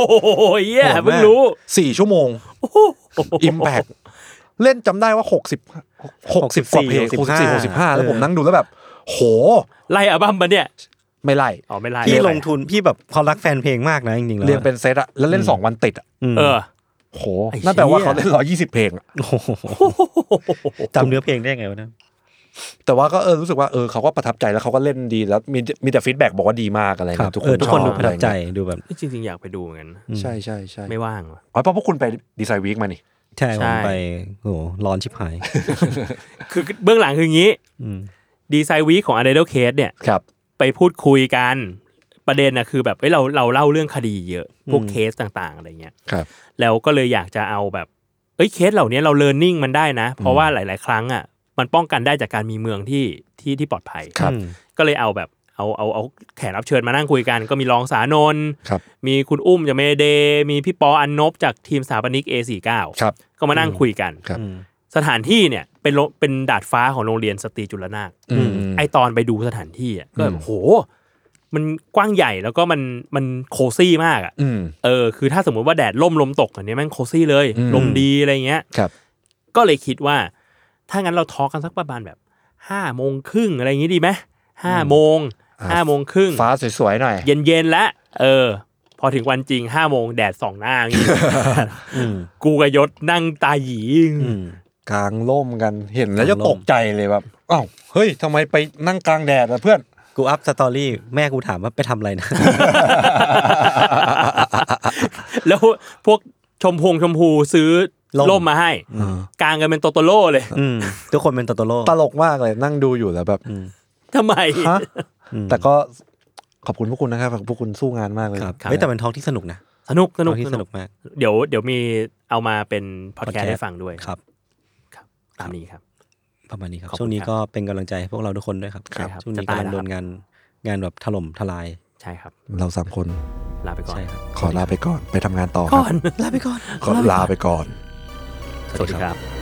Speaker 3: ยแย่
Speaker 4: โหดมาก
Speaker 3: เพิ่งรู้
Speaker 5: สี่ชั่วโมงอิมแพกเล่นจำได้ว่า 60 60กว่าเพลง
Speaker 4: 64
Speaker 5: 64 65 แล้วผมนั่งดูแล้วแบบ โห
Speaker 3: ไล่อัลบั้มมาเนี่ย
Speaker 5: ไม่ไล่
Speaker 3: อ๋อไม่ไล่
Speaker 4: พี่ลงทุนพี่แบบเขารักแฟนเพลงมากนะจริงๆแล้ว
Speaker 5: เรียงเป็นเซตอะแล้วเล่น 2 วันติดอะ
Speaker 3: เออ
Speaker 5: โห นั่นแปลว่าเขาเล่น 120 เพลงอะ
Speaker 4: โอ้โหจำเนื้อเพลงได้ไงวะเนะ
Speaker 5: แต่ว่าก็เออรู้สึกว่าเออเขาก็ประทับใจแล้วเขาก็เล่นดีแล้วมีมีแต่ฟีดแบ็กบอกว่าดีมากอะไร
Speaker 4: ครับ
Speaker 5: เงี้ยทุก
Speaker 4: เอ
Speaker 5: ค
Speaker 4: อน ทุกคน
Speaker 5: ชอ
Speaker 4: ดูประทับใจ
Speaker 5: อไเงี้ย
Speaker 4: ดูแบบ
Speaker 3: จริงๆอยากไปดูเหมือนกัน
Speaker 5: ใช่ใช่ใช่
Speaker 3: ไม่ว่างว่ะ
Speaker 5: อ๋อเพราะพวกคุณไปดีไซน์วีคมานี่
Speaker 4: ใช่ผ
Speaker 3: ใช่
Speaker 4: มไปโอ้โหร้อนชิบหาย
Speaker 3: คือเบื้องหลังคืออย่างงี้
Speaker 4: อืม
Speaker 3: ดีไซน์วีคของ a d e l Case เนี่ย
Speaker 5: ครับ
Speaker 3: ไปพูดคุยกัน ประเด็นนะคือแบบเอ้ยเราเราเล่าเรื่องคดีเยอะพวก
Speaker 4: อืม
Speaker 3: เคสต่างๆอะไรเงี้ย
Speaker 5: ครับ
Speaker 3: แล้วก็เลยอยากจะเอาแบบ เอ้ยเคสเหล่านี้เราเลิร์นนิ่งมันได้นะ เพราะว่าหลาย ๆ ครั้งอ่ะมันป้องกันได้จากการมีเมืองที่ที่ที่ปลอดภัย
Speaker 5: ครับ
Speaker 4: อืม
Speaker 3: ก็เลยเอาแบบเอาเอาเอาแขกรับเชิญมานั่งคุยกัน ก็มีรองสานนท์
Speaker 5: ครับ
Speaker 3: มีคุณอุ้มจากเมเดย์มีพี่ปออันนบจากทีมสถาปนิก A49
Speaker 5: ครับ
Speaker 3: ก็มานั่งคุยกัน
Speaker 5: ครับ
Speaker 3: สถานที่เนี่ยเป็นโรงเป็นดาดฟ้าของโรงเรียนสตรีจุลนาค
Speaker 5: อืม
Speaker 3: ไอตอนไปดูสถานที่อะก็แบบ
Speaker 5: อืม
Speaker 3: โห มันกว้างใหญ่แล้วก็มันมันโคซี่มากอ่ะ
Speaker 5: อืม
Speaker 3: เออคือถ้าสมมุติว่าแดดล่มลมตกอันเนี้ยแม่งโคซี่เลย
Speaker 5: อืม
Speaker 3: ลมดีอะไรเงี้ย
Speaker 5: ครับ
Speaker 3: ก็เลยคิดว่า ถ้างั้นเราทอล์กกันสักประมาณแบบห้าโมงครึ่งอะไรอย่างงี้ดีไหมห้าโมง
Speaker 5: อ่า
Speaker 3: ห้าโมงครึ่ง
Speaker 5: ฟ้าสวยๆหน่อย
Speaker 3: เย็นเย็นๆแล้วเออ พอถึงวันจริงห้าโมงแดดสองหน้าอย่างงี้กูกับยศนั่งตาหยี
Speaker 5: กลางร่มกันเห็นแล้วจะ
Speaker 4: กลางร่ม
Speaker 5: ตกใจเลยแบบอ้าวเฮ้ยทำไมไปนั่งกลางแดดอ่ะเพื่อน
Speaker 4: กูอัพสตอรี่แม่กูถามว่าไปทำอะไรนะ
Speaker 3: <laughs> แล้วพวกชมพงชมพูซื้อ
Speaker 4: ร่ม
Speaker 3: ล่มมาให้กางกันเป็นโตโตโร่เลย <laughs>
Speaker 4: อืมทุกคนเป็นโตโตโร่
Speaker 5: ตลกมากเลยนั่งดูอยู่แล้วแบบ
Speaker 3: ทำไม
Speaker 5: ฮะแต่ก็ขอบคุณพวกคุณนะครับพวกคุณสู้งานมากเลย
Speaker 4: ครับ
Speaker 3: ครับ
Speaker 4: เฮ้ยแต่เป็นทอล์กที่สนุกนะ
Speaker 3: สนุกส
Speaker 4: ท
Speaker 3: นุ
Speaker 4: อก ล์กที่
Speaker 3: ส
Speaker 4: ส
Speaker 3: นุ
Speaker 4: นุ
Speaker 3: ก
Speaker 4: กมาก
Speaker 3: เดี๋ยวเดี๋ยวมีเอามาเป็นพอดแคส
Speaker 4: podcast
Speaker 3: ต์ให้ฟังด้วย
Speaker 4: ครับ
Speaker 3: ตามนี้ครับ
Speaker 4: ประมาณนี้ครับ
Speaker 3: ขอบคุณ
Speaker 4: ช่วงนี้ก็เป็นกำลังใจให้พวกเราทุกคนด้วยครับ
Speaker 3: ครับ
Speaker 4: ช่วงนี้
Speaker 3: จะตาย
Speaker 4: กำลัง
Speaker 3: แล้วค
Speaker 4: โด
Speaker 3: รับ
Speaker 4: นงานงานแบบถล่มทลาย
Speaker 3: ใช่ครับ
Speaker 5: เราสามคน
Speaker 3: ลาไปก่อน
Speaker 4: ใช่ครับ
Speaker 5: ขอลาไปก่อนไปทำงานต่อค
Speaker 3: ก่
Speaker 5: รั
Speaker 3: อบ น
Speaker 4: ลาไปก่อน
Speaker 5: ขอลาไปก่อน
Speaker 3: สวัสดีครับ